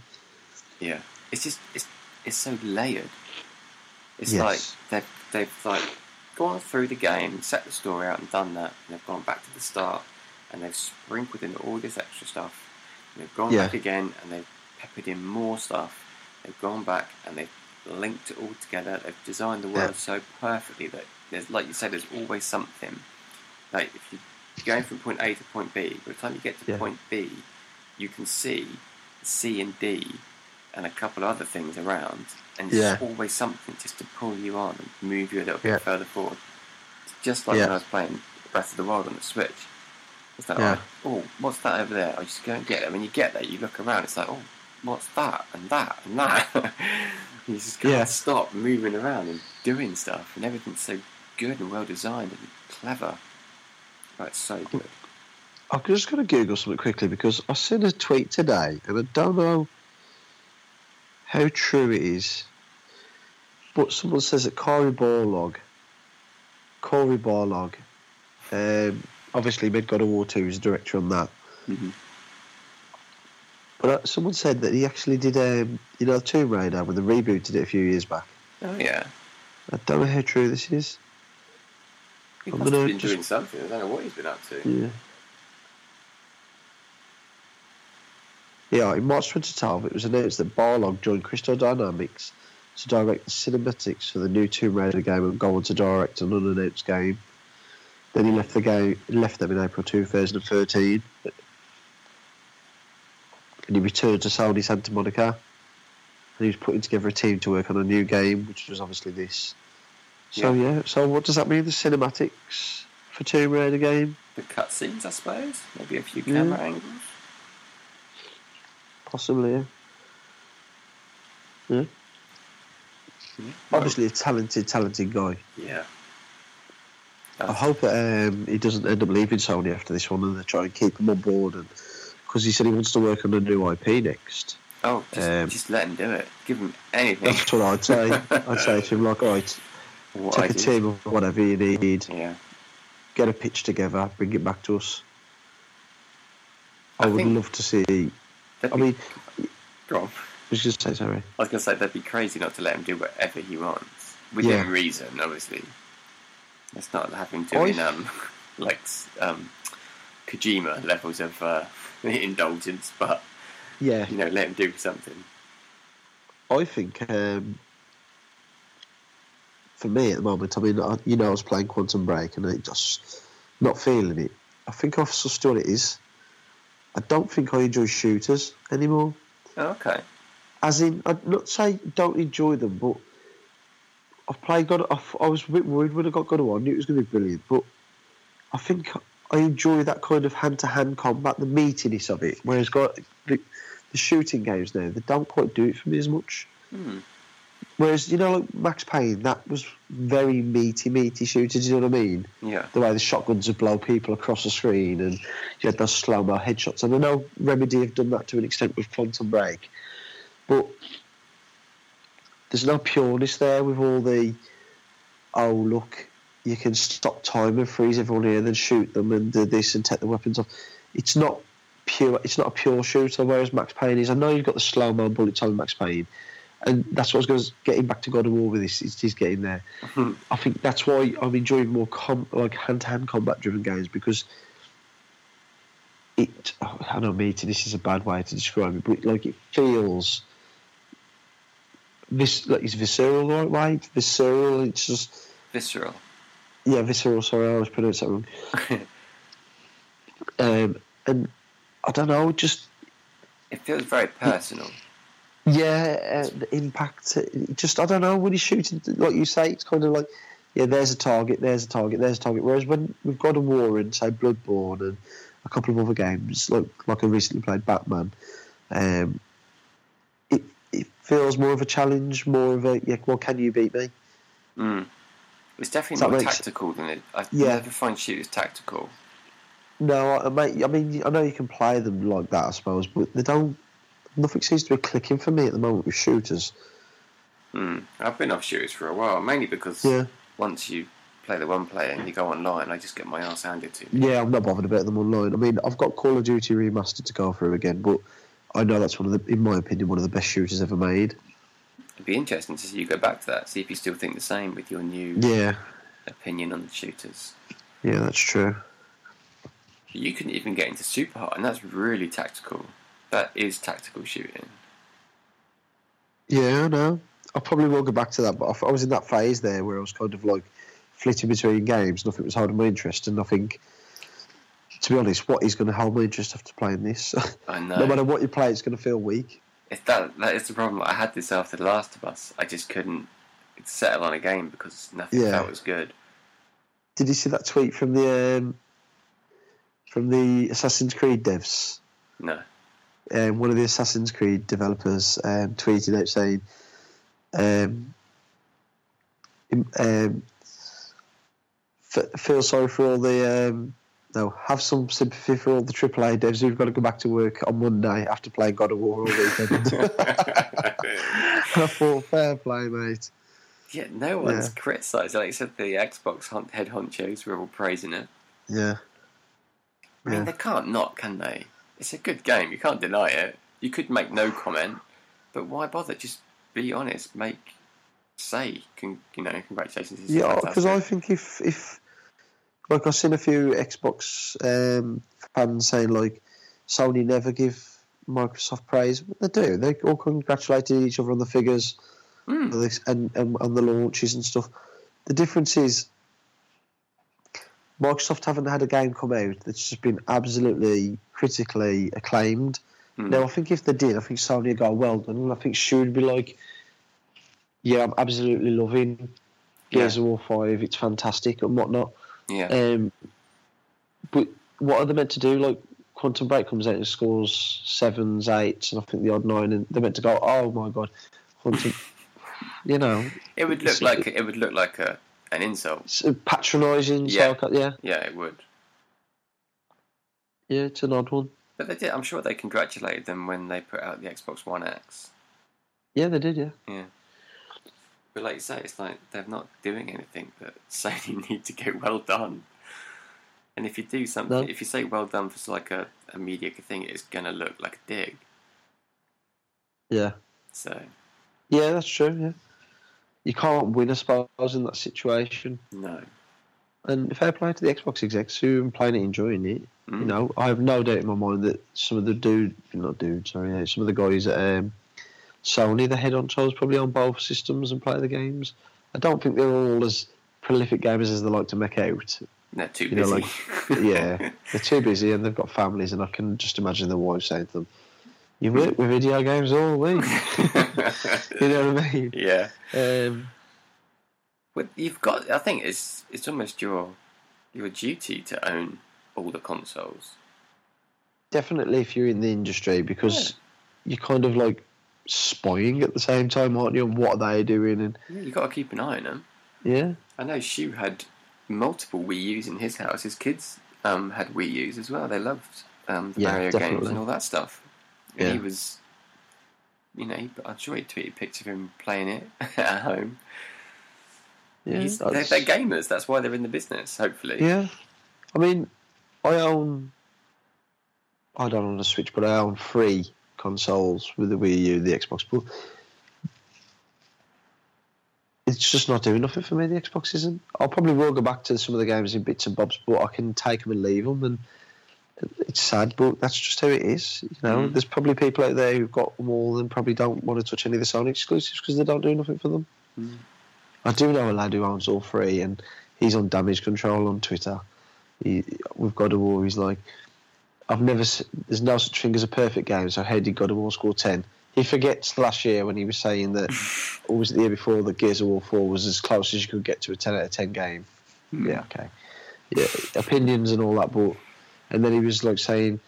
A: Yeah, it's just it's it's so layered. It's
B: Yes.
A: like they've they've like gone through the game, set the story out, and done that, and they've gone back to the start, and they've sprinkled in all this extra stuff. And they've gone
B: Yeah.
A: back again, and they've peppered in more stuff. They've gone back and they've linked it all together. They've designed the world
B: Yeah.
A: so perfectly that there's, like you said, there's always something. Like if you- you're going from point A to point B, by the time you get to
B: Yeah.
A: point B, you can see C and D and a couple other things around, and
B: Yeah.
A: there's always something just to pull you on and move you a little bit
B: Yeah.
A: further forward. It's Just like
B: Yeah.
A: when I was playing Breath of the Wild on the Switch. It's like,
B: Yeah.
A: oh, oh, what's that over there? I just go and get it. And When you get there, you look around, it's like, oh, what's that and that and that? you just can't
B: Yeah.
A: stop moving around and doing stuff, and everything's so good and well designed and clever. Like, it's so good.
B: I'm just going to Google something quickly because I seen a tweet today, and I don't know how true it is, but someone says that Corey Barlog, Corey Barlog, um, obviously Mid God of War 2 is director on that,
A: Mhm.
B: but uh, someone said that he actually did, um, you know, Tomb Raider when they rebooted it a few years back.
A: Oh, yeah.
B: I don't know how true this is.
A: He
B: I'm
A: must have
B: gonna
A: been
B: just-
A: doing something. I don't know what he's been up to.
B: Yeah. Yeah, in March 2012, it was announced that Barlog joined Crystal Dynamics to direct the cinematics for the new Tomb Raider game and go on to direct an unannounced game. Then he left the game, left them in April 2013, and he returned to Saudi Santa Monica. And he was putting together a team to work on a new game, which was obviously this. So yeah, so what does that mean? The cinematics for Tomb Raider game.
A: The cutscenes, I suppose. Maybe a few
B: Yeah.
A: camera angles.
B: Possibly, yeah. Yeah. Obviously, a talented, talented guy.
A: Yeah.
B: I hope that um, he doesn't end up leaving Sony after this one, and they try and keep him on board. And because he said he wants to work on a new IP next,
A: Oh, just,
B: Um,
A: just let him do it. Give him anything.
B: that's what I'd say. I'd say to him, like, all right,
A: What
B: take a
A: idea.
B: team of whatever you need,
A: Yeah.
B: get a pitch together, bring it back to us. I,
A: I
B: would
A: think-
B: love to see.
A: That'd
B: I
A: be,
B: mean,
A: go on.
B: I was going to say, sorry.
A: I was going to say, that'd be crazy not to let him do whatever he wants.
B: Yeah.
A: Within reason, obviously. Let's not have him doing,
B: I-
A: um, like, s- um, Kojima levels of uh, indulgence, but,
B: Yeah,
A: you know, let him do something.
B: I think um, for me at the moment, I mean, I, you know, I was playing Quantum Break and it just not feeling it. I think I've sussed what it is. I don't think I enjoy shooters anymore.
A: Oh, okay.
B: As in, I'd not say don't enjoy them, but I've played God. I, I was a bit worried when I got God of War. I knew it was going to be brilliant, but I think I enjoy that kind of hand-to-hand combat, the meatiness of it. Whereas got the, the shooting games now, they don't quite do it for me as much.
A: Hmm.
B: Whereas, you know, like Max Payne, that was very meaty, meaty shooter, do you know what I mean?
A: Yeah.
B: The way the shotguns would blow people across the screen and you had those slow mo headshots. And I know Remedy have done that to an extent with Quantum Break, but there's no pureness there with all the, oh, look, you can stop time and freeze everyone here and then shoot them and do this and take the weapons off. It's not pure. It's not a pure shooter. Whereas Max Payne is. I know you've got the slow mo bullets on Max Payne, and that's what I was going to getting back to God of War with this. Is he's getting there. I think that's why I'm enjoying more com- like hand to hand combat driven games because it. oh, I know meaty. This is a bad way to describe it, but it, like it feels. This like it's visceral, the right way. It's visceral. It's just
A: Visceral.
B: yeah, visceral. Sorry, I always pronounce that wrong. um, and I don't know, just
A: It feels very personal.
B: yeah, uh, the impact. it Just I don't know when you shoot, it, like you say, it's kind of like yeah, there's a target, there's a target, there's a target. Whereas when we've got a war and say Bloodborne and a couple of other games, like like I recently played Batman, um, it it feels more of a challenge, more of a yeah, well, can you beat me?
A: Mm. It's
B: Does
A: definitely
B: that
A: more
B: make s-
A: tactical than it. I
B: Yeah.
A: never find shooters tactical.
B: No, I, mate, I mean, I know you can play them like that, I suppose, but they don't. Nothing seems to be clicking for me at the moment with shooters.
A: Mm. I've been off shooters for a while, mainly because
B: Yeah,
A: once you play the one player and you go online, I just get my ass handed to me.
B: yeah, I'm not bothered about them online. I mean, I've got Call of Duty Remastered to go through again, but I know that's one of the, in my opinion, one of the best shooters ever made.
A: It'd be interesting to see you go back to that, see if you still think the same with your new
B: Yeah,
A: opinion on the shooters.
B: yeah, that's true.
A: You can even get into super hard, and that's really tactical. That is tactical shooting.
B: Yeah, I know. I probably will go back to that, but I f- I was in that phase there where I was kind of like flitting between games. Nothing was holding my interest, and I think to be honest, what is going to help me just after playing this?
A: I know.
B: no matter what you play, it's going to feel weak.
A: It's that that is the problem. I had this after The Last of Us. I just couldn't settle on a game because nothing
B: Yeah.
A: felt as good.
B: Did you see that tweet from the um, from the Assassin's Creed devs?
A: No.
B: um, one of the Assassin's Creed developers um, tweeted out saying, um, im- um, f- "Feel sorry for all the um, no, have some sympathy for all the AAA devs who've got to go back to work on Monday after playing God of War all weekend." I thought, fair play, mate.
A: yeah, no one's criticised. Like you said, the Xbox hon- head honchos were all praising it.
B: Yeah,
A: I mean,
B: Yeah.
A: they can't not, can they? It's a good game. You can't deny it. You could make no comment, but why bother? Just be honest. Make say, con- you know, congratulations. this is
B: yeah, because I
A: fantastic.
B: think if if like I've seen a few Xbox um, fans saying like Sony never give Microsoft praise, but they do. They all congratulated each other on the figures
A: Hmm.
B: and, this- and and on the launches and stuff. The difference is Microsoft haven't had a game come out that's just been absolutely critically acclaimed.
A: Hmm.
B: Now I think if they did, I think Sony would go well done, and I think she would be like, "Yeah, I'm absolutely loving Gears of War Five. It's fantastic and whatnot."
A: yeah,
B: Um, but what are they meant to do? Like Quantum Break comes out and scores sevens, eights, and I think the odd nine, and they're meant to go, "Oh my god, Quantum," you know,
A: it would look
B: it's-
A: like it would look like a an insult.
B: it's patronising.
A: Yeah.
B: Yeah. uh, yeah,
A: Yeah, it would.
B: yeah, it's an odd one.
A: But they did. I'm sure they congratulated them when they put out the Xbox One X.
B: Yeah, they did. Yeah,
A: But like you say, it's like they're not doing anything that Sony need to go well done. And if you do something,
B: No.
A: if you say well done for like a, a mediocre thing, it's gonna look like a dig.
B: yeah,
A: So
B: yeah. That's true. Yeah, you can't win, I suppose, in that situation.
A: no,
B: And fair play to the Xbox execs who are playing it, enjoying it.
A: Mm.
B: You know, I have no doubt in my mind that some of the dude, not dude, sorry, uh, some of the guys at um, Sony, the head on shows probably on both systems and play the games. I don't think they're all as prolific gamers as they like to make out.
A: they're too
B: You know,
A: busy.
B: Yeah, they're too busy and they've got families, and I can just imagine their wives saying to them, "You work with video games all week." you know what I mean?
A: yeah.
B: Um,
A: Well, you've got. I think it's it's almost your your duty to own all the consoles.
B: definitely if you're in the industry because you're kind of like spying at the same time, aren't you? And what are they doing? And
A: You got to keep an eye on them.
B: yeah,
A: I know Shu had multiple Wii U's in his house. His kids um, had Wii U's as well. They loved um, the
B: Yeah,
A: Mario games
B: definitely.
A: and all that stuff. And he
B: Yeah.
A: was, you know, he, I'm sure he tweeted pictures of him playing it at home.
B: yeah,
A: He's- they're,
B: that's-
A: they're gamers. That's why they're in the business. Hopefully,
B: yeah. I mean, I own. I don't own a Switch, but I own three consoles with the Wii U, the Xbox. But it's just not doing nothing for me. The Xbox isn't. I'll probably will go back to some of the games in bits and bobs, but I can take them and leave them, and it's sad, but that's just how it is. You know,
A: Mm.
B: there's probably people out there who've got them all and probably don't want to touch any of the Sony exclusives because they don't do nothing for them.
A: Mm.
B: I do know a lad who owns all three, and he's on damage control on Twitter. He, with God of War, he's like, I've never. s- There's no such thing as a perfect game. So how did God of War score ten? He forgets last year when he was saying that, or was it the year before that Gears of War four was as close as you could get to a ten out of ten game.
A: Hmm.
B: Yeah, okay. Yeah, opinions and all that, but and then he was like saying,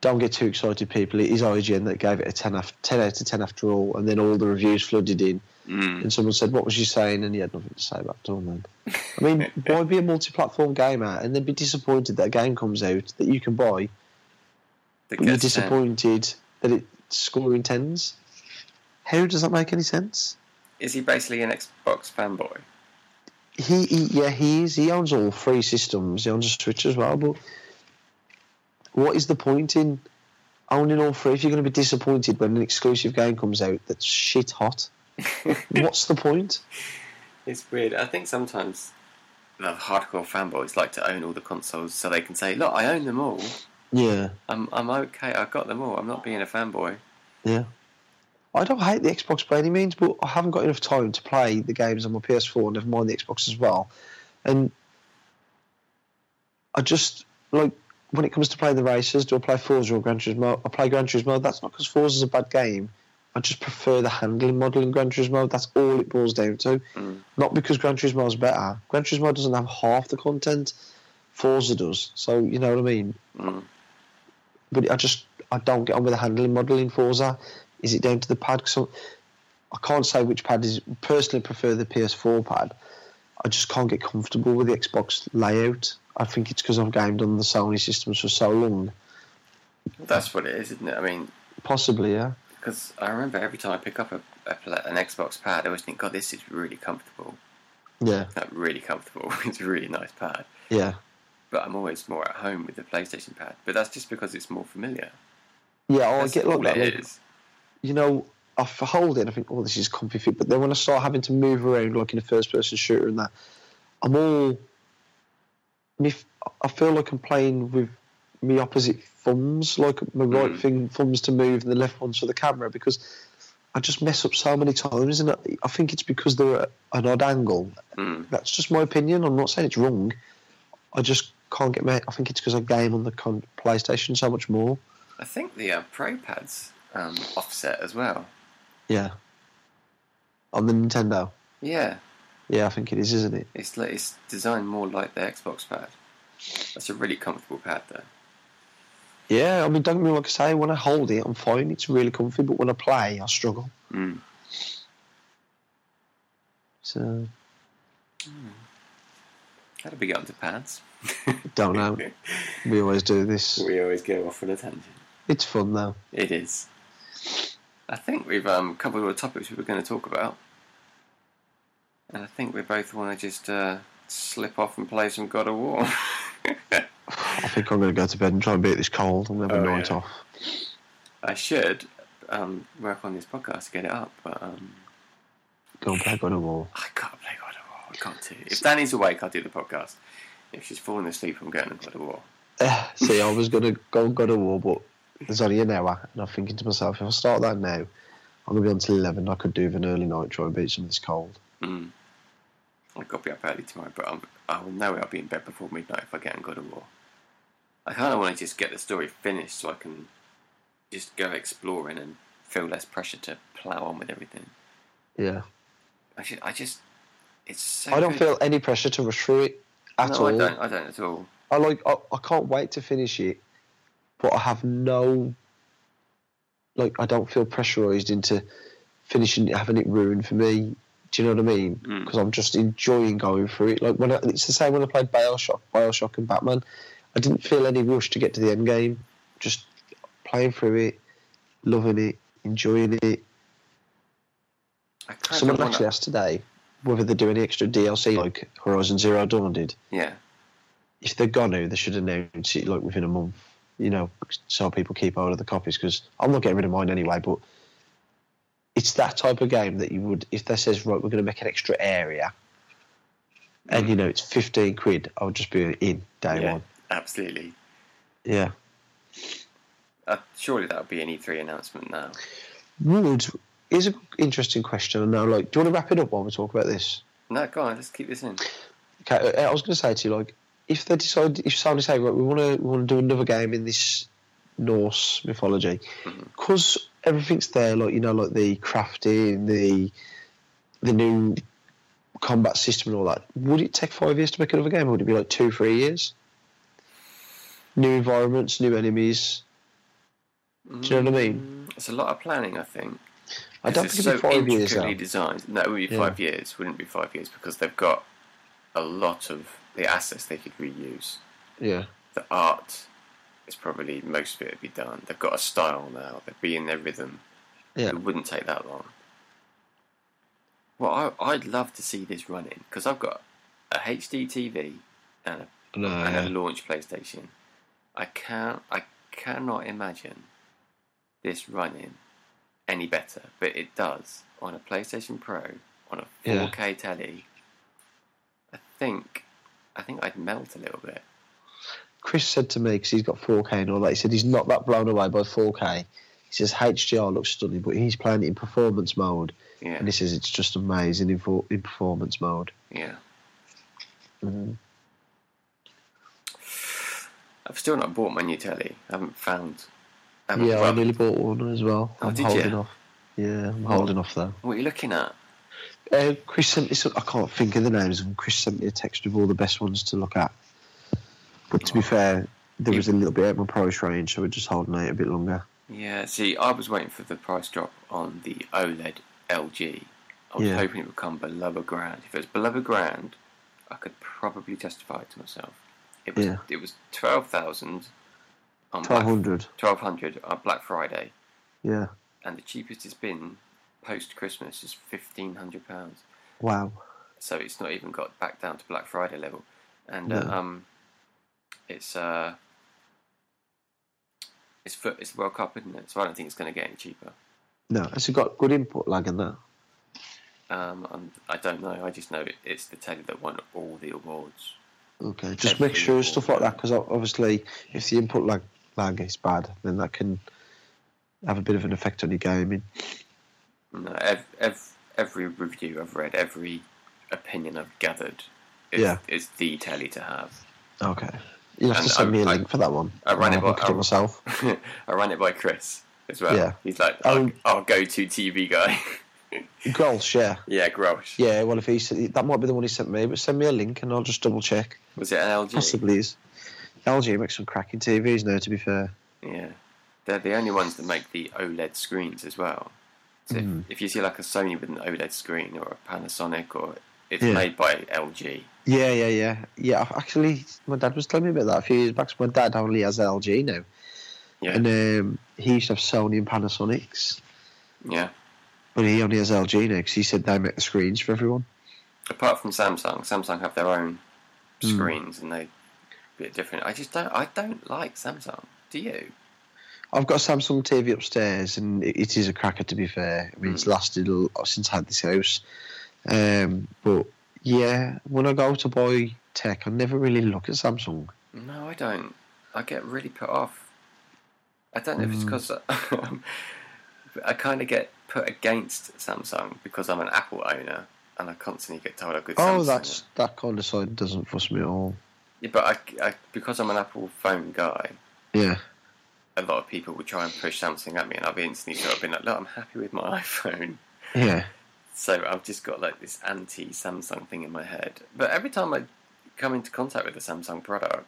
B: "Don't get too excited, people. It is IGN that gave it a ten, af- 10 out of ten after all." And then all the reviews flooded in,
A: Mm.
B: and someone said, "What was you saying?" And he had nothing to say about it all. Then, I mean, why be a multi-platform gamer and then be disappointed that a game comes out that you can buy,
A: The
B: but you're
A: kids, uh,
B: disappointed that it's scoring tens? How does that make any sense?
A: Is he basically an Xbox fanboy?
B: he, he yeah he is he owns all three systems he owns a switch as well but what is the point in owning all three if you're going to be disappointed when an exclusive game comes out that's shit hot what's the point
A: It's weird. I think sometimes the hardcore fanboys like to own all the consoles so they can say, "Look, I own them all.
B: yeah
A: I'm I'm okay. I've got them all. I'm not being a fanboy."
B: yeah I don't hate the Xbox by any means but I haven't got enough time to play the games on my PS4 never mind the Xbox as well and I just like when it comes to playing the races, do I play Forza or Gran Turismo? I play Gran Turismo. That's not because Forza's a bad game. I just prefer the handling model in Gran Turismo. That's all it boils down to.
A: Mm.
B: Not because Gran Turismo's better. Gran Turismo doesn't have half the content Forza does. So you know what I mean.
A: Mm.
B: But I just I don't get on with the handling model in Forza. Is it down to the pad? 'Cause I'm- I can't say which pad is. Personally, prefer the PS4 pad. I just can't get comfortable with the Xbox layout. I think it's because I've gamed on the Sony systems for so long.
A: That's what it is, isn't it? I mean,
B: Possibly, yeah.
A: because I remember every time I pick up a, a pla- an Xbox pad, I always think, God, this is really comfortable.
B: Yeah,
A: Not really comfortable. it's a really nice pad.
B: yeah.
A: But I'm always more at home with the PlayStation pad. But that's just because it's more familiar.
B: Yeah, oh, I
A: That's
B: get
A: all
B: like that.
A: it
B: like,
A: is.
B: you know, I f- hold it. I think, oh, this is comfy fit. But then when I start having to move around, like in a first-person shooter and that, I'm all. Me, f- I feel like I'm playing with me opposite thumbs, like my right
A: Mm.
B: thing thumbs to move and the left ones for the camera, because I just mess up so many times, and I, I think it's because they're at an odd angle.
A: Mm.
B: That's just my opinion. I'm not saying it's wrong. I just can't get my. I think it's because I game on the con- PlayStation so much more.
A: I think the uh, Pro pads um, offset as well.
B: Yeah. On the Nintendo.
A: Yeah,
B: Yeah, I think it is, isn't it?
A: it's li- it's designed more like the Xbox pad. That's a really comfortable pad, though.
B: Yeah, I mean, don't get me wrong, like I say, when I hold it, I'm fine. It's really comfy, but when I play, I struggle.
A: Mm.
B: So,
A: How did we get onto pads?
B: don't know. we always do this.
A: we always go off on a tangent.
B: It's fun, though.
A: It is. I think we've um, covered all the topics we were going to talk about, and I think we both want to just uh, slip off and play some God of War.
B: I think I'm going to go to bed and try and beat this cold. I'm going to have a
A: Oh,
B: night
A: yeah.
B: off.
A: I should um, work on this podcast to get it up, but um,
B: Go and play God of War.
A: I can't play God of War. I can't do. If Danny's awake, I'll do the podcast. If she's falling asleep, I'm going to God of War.
B: Eh, See, I was going to go and God of War, but there's only an hour, and I'm thinking to myself, if I start that now, I'm going to be on till 11. I could do with an early night, try and beat some of this cold.
A: Mm. I've got to be up early tomorrow, but I'm, I will know I'll be in bed before midnight if I get on God of War. I kind of want to just get the story finished so I can just go exploring and feel less pressure to plow on with everything.
B: Yeah.
A: I just, I just it's so.
B: I don't
A: good.
B: feel any pressure to rush through it at
A: no,
B: all.
A: I don't. I don't at all.
B: I like. I, I can't wait to finish it, but I have no. Like I don't feel pressurized into finishing it, having it ruined for me. Do you know what I mean?
A: Mm.
B: Because I'm just enjoying going through it. Like when I, it's the same when I played Bioshock, Bioshock and Batman. I didn't feel any rush to get to the end game. Just playing through it, loving it, enjoying it.
A: I kind
B: Someone
A: of wanna-
B: actually asked today whether they do any extra DLC like Horizon Zero Dawn did.
A: Yeah,
B: if they're gonna, they should announce it like within a month. You know, so people keep hold of the copies because I'm not getting rid of mine anyway. But it's that type of game that you would, if they says right, we're going to make an extra area, and you know it's 15 quid, I'll just be in day
A: yeah,
B: one.
A: absolutely.
B: Yeah,
A: Uh, surely that would be an E3 announcement now.
B: would is an interesting question. And now, like, do you want to wrap it up while we talk about this?
A: No, go on. Let's keep this in.
B: Okay, uh, I I was going to say to you, like, if they decide, if Sony say, right, we want to, we want to do another game in this Norse mythology,
A: Mm-hmm.
B: because everything's there, like you know, like the crafting, the the new combat system and all that. Would it take five years to make another game, or would it be like two, three years? New environments, new enemies. Do you know what I mean?
A: Mm, It's a lot of planning, I think.
B: I don't
A: Because it's
B: think it'd be
A: so
B: five years.
A: intricately
B: Though.
A: designed. No, it would be
B: Yeah.
A: five years. Wouldn't be five years because they've got a lot of the assets they could reuse.
B: Yeah,
A: The art is probably most of it would be done. They've got a style now. They'd be in their rhythm.
B: Yeah.
A: It wouldn't take that long. Well, I, I'd love to see this running because I've got a HD TV and a
B: no,
A: and a launch PlayStation. I can't. I cannot imagine this running any better, but it does on a PlayStation Pro on a
B: Yeah.
A: 4K telly. I think. I think I'd melt a little bit.
B: Chris said to me because he's got 4K and all that. He said he's not that blown away by 4K. He says HDR looks stunning, but he's playing it in performance mode,
A: Yeah.
B: and he says it's just amazing in, for, in performance
A: Mm-hmm.
B: mode.
A: Yeah. I've still not bought my new telly. I haven't found. I haven't
B: Yeah, I
A: found-
B: nearly bought one as well.
A: Oh,
B: I'm
A: did
B: holding
A: you?
B: off. Yeah, I'm holding off though.
A: What are you looking at?
B: Uh, Chris sent me some, I can't think of the names of them. Chris sent me a text of all the best ones to look at. But
A: Oh.
B: to be fair, there was a little bit out of my price range, so we're just holding out a bit longer.
A: Yeah, see, I was waiting for the price drop on the E OLED LG. I was
B: Yeah.
A: hoping it would come below a grand. If it was below a grand, I could probably justify it to myself. It was
B: Yeah.
A: it was twelve thousand on
B: Twelve
A: Black,
B: hundred.
A: twelve hundred on Black Friday,
B: Yeah.
A: and the cheapest it's been post Christmas is fifteen hundred pounds.
B: Wow.
A: So it's not even got back down to Black Friday level, and uh,
B: No.
A: um, it's uh, it's foot, it's World Cup, isn't it? So I don't think it's going to get any cheaper.
B: No, has it got good input lag in that?
A: Um, I'm, I don't know. I just know it, it's the telly that won all the awards.
B: Okay, just make sure it's stuff like that because obviously, if the input lag lag is bad, then that can have a bit of an effect on your gaming. Mm.
A: No, ev- ev- every review I've read, every opinion I've gathered, is,
B: Yeah.
A: is the telly to have.
B: Okay, you'll have
A: And
B: to send
A: I-
B: me a
A: I-
B: link for that one.
A: I ran
B: I'll
A: it by-
B: look at
A: I-
B: it myself.
A: I ran it by Chris as well.
B: Yeah.
A: He's like,
B: Oh.
A: our, our go-to TV guy.
B: Gross, yeah,
A: yeah, gross.
B: yeah. Well, if he s- that might be the one he sent me, but send me a link and I'll just double check.
A: Was it an LG?
B: Possibly is. LG makes some cracking TVs now. To be fair,
A: Yeah. They're the only ones that make the OLED screens as well. So if-
B: Mm.
A: if, you see like a Sony with an OLED screen or a Panasonic or it's
B: Yeah.
A: made by LG.
B: yeah, yeah, yeah, yeah. I've- Actually, my dad was telling me about that a few years back. 'cause My dad only has LG now,
A: Yeah.
B: and um, he used to have Sony and Panasonics.
A: yeah.
B: But he only has LG now because he said they make the screens for everyone.
A: apart from Samsung, Samsung have their own
B: Hmm.
A: screens and they a bit different. I just don't. I don't like Samsung. Do you?
B: I've got a Samsung TV upstairs, and it, it is a cracker. To be fair, I mean it's lasted a lot since I had this house. Um, but yeah, when I go to buy tech, I never really look at Samsung.
A: No, I don't. I get really put off. I don't know if it's
B: Hmm.
A: because I kind of get put against Samsung because I'm an Apple owner and I constantly get told I could.
B: Oh,
A: Samsung.
B: that's that kind of side doesn't fuss me at all.
A: yeah, but I, I, because I'm an Apple phone guy,
B: Yeah,
A: a lot of people would try and push Samsung at me, and I've instantly sort of been like, "Look, I'm happy with my iPhone."
B: yeah,
A: So I've just got like this anti Samsung thing in my head. But every time I come into contact with a Samsung product,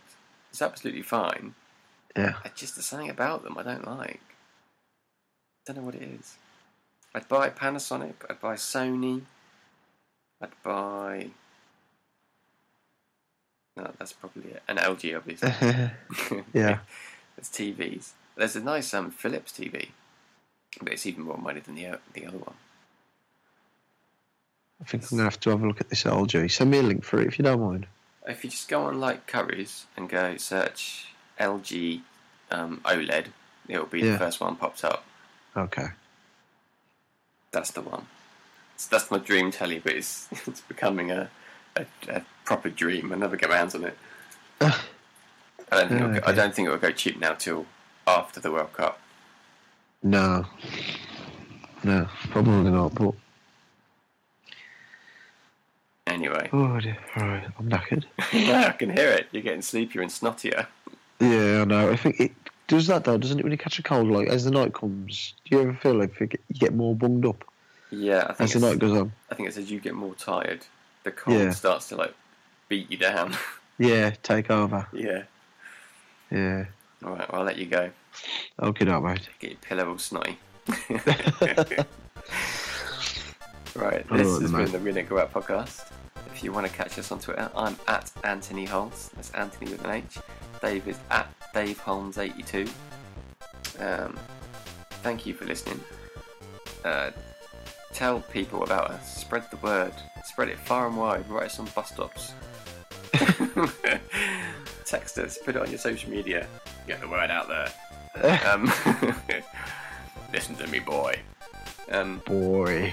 A: it's absolutely fine.
B: yeah.
A: I just there's something about them I don't like. Don't know what it is. I'd buy Panasonic. I'd buy Sony. I'd buy. No, that's probably it. An LG, obviously.
B: Yeah.
A: There's TVs. There's a nice um, Philips TV, but it's even more money than the o- the other one.
B: I think I'm gonna have to have a look at this LG. Send me a link for it if you don't mind.
A: if you just go on like Curry's and go search LG um, OLED, it'll be the
B: Yeah.
A: first one pops up.
B: Okay.
A: That's the one. So that's my dream telly, but it's it's becoming a, a, a proper dream. I never get my hands on it. I don't think it'll go, I
B: Okay.
A: don't think it'll go cheap now till after the World Cup.
B: No. No, probably not. But
A: Anyway,
B: oh dear, all right, I'm knackered.
A: I can hear it. You're getting sleepier and snottier.
B: Yeah, I know. I think it does that though, doesn't it? When you catch a cold, like as the night comes, do you ever feel like you get- you get more bunged up
A: Yeah, I think
B: as the
A: it's,
B: night goes on?
A: I think it's as you get more tired, the cold
B: Yeah.
A: starts to like beat you down.
B: Yeah, take over.
A: yeah.
B: Yeah,
A: All right, well, I'll let you go.
B: okay, no, mate.
A: Get your pillow all snotty. right,
B: Oh,
A: this has been
B: mate.
A: the Really Grow Up podcast. If you want to catch us on Twitter, I'm at Anthony Holmes. That's Anthony with an H. Dave is at Dave Holmes82. Um, thank you for listening. Uh, tell people about us. Spread the word. Spread it far and wide. Write us on bus stops. Text us. Put it on your social media. Get the word out there. Um, listen to me, boy. Um,
B: Boy.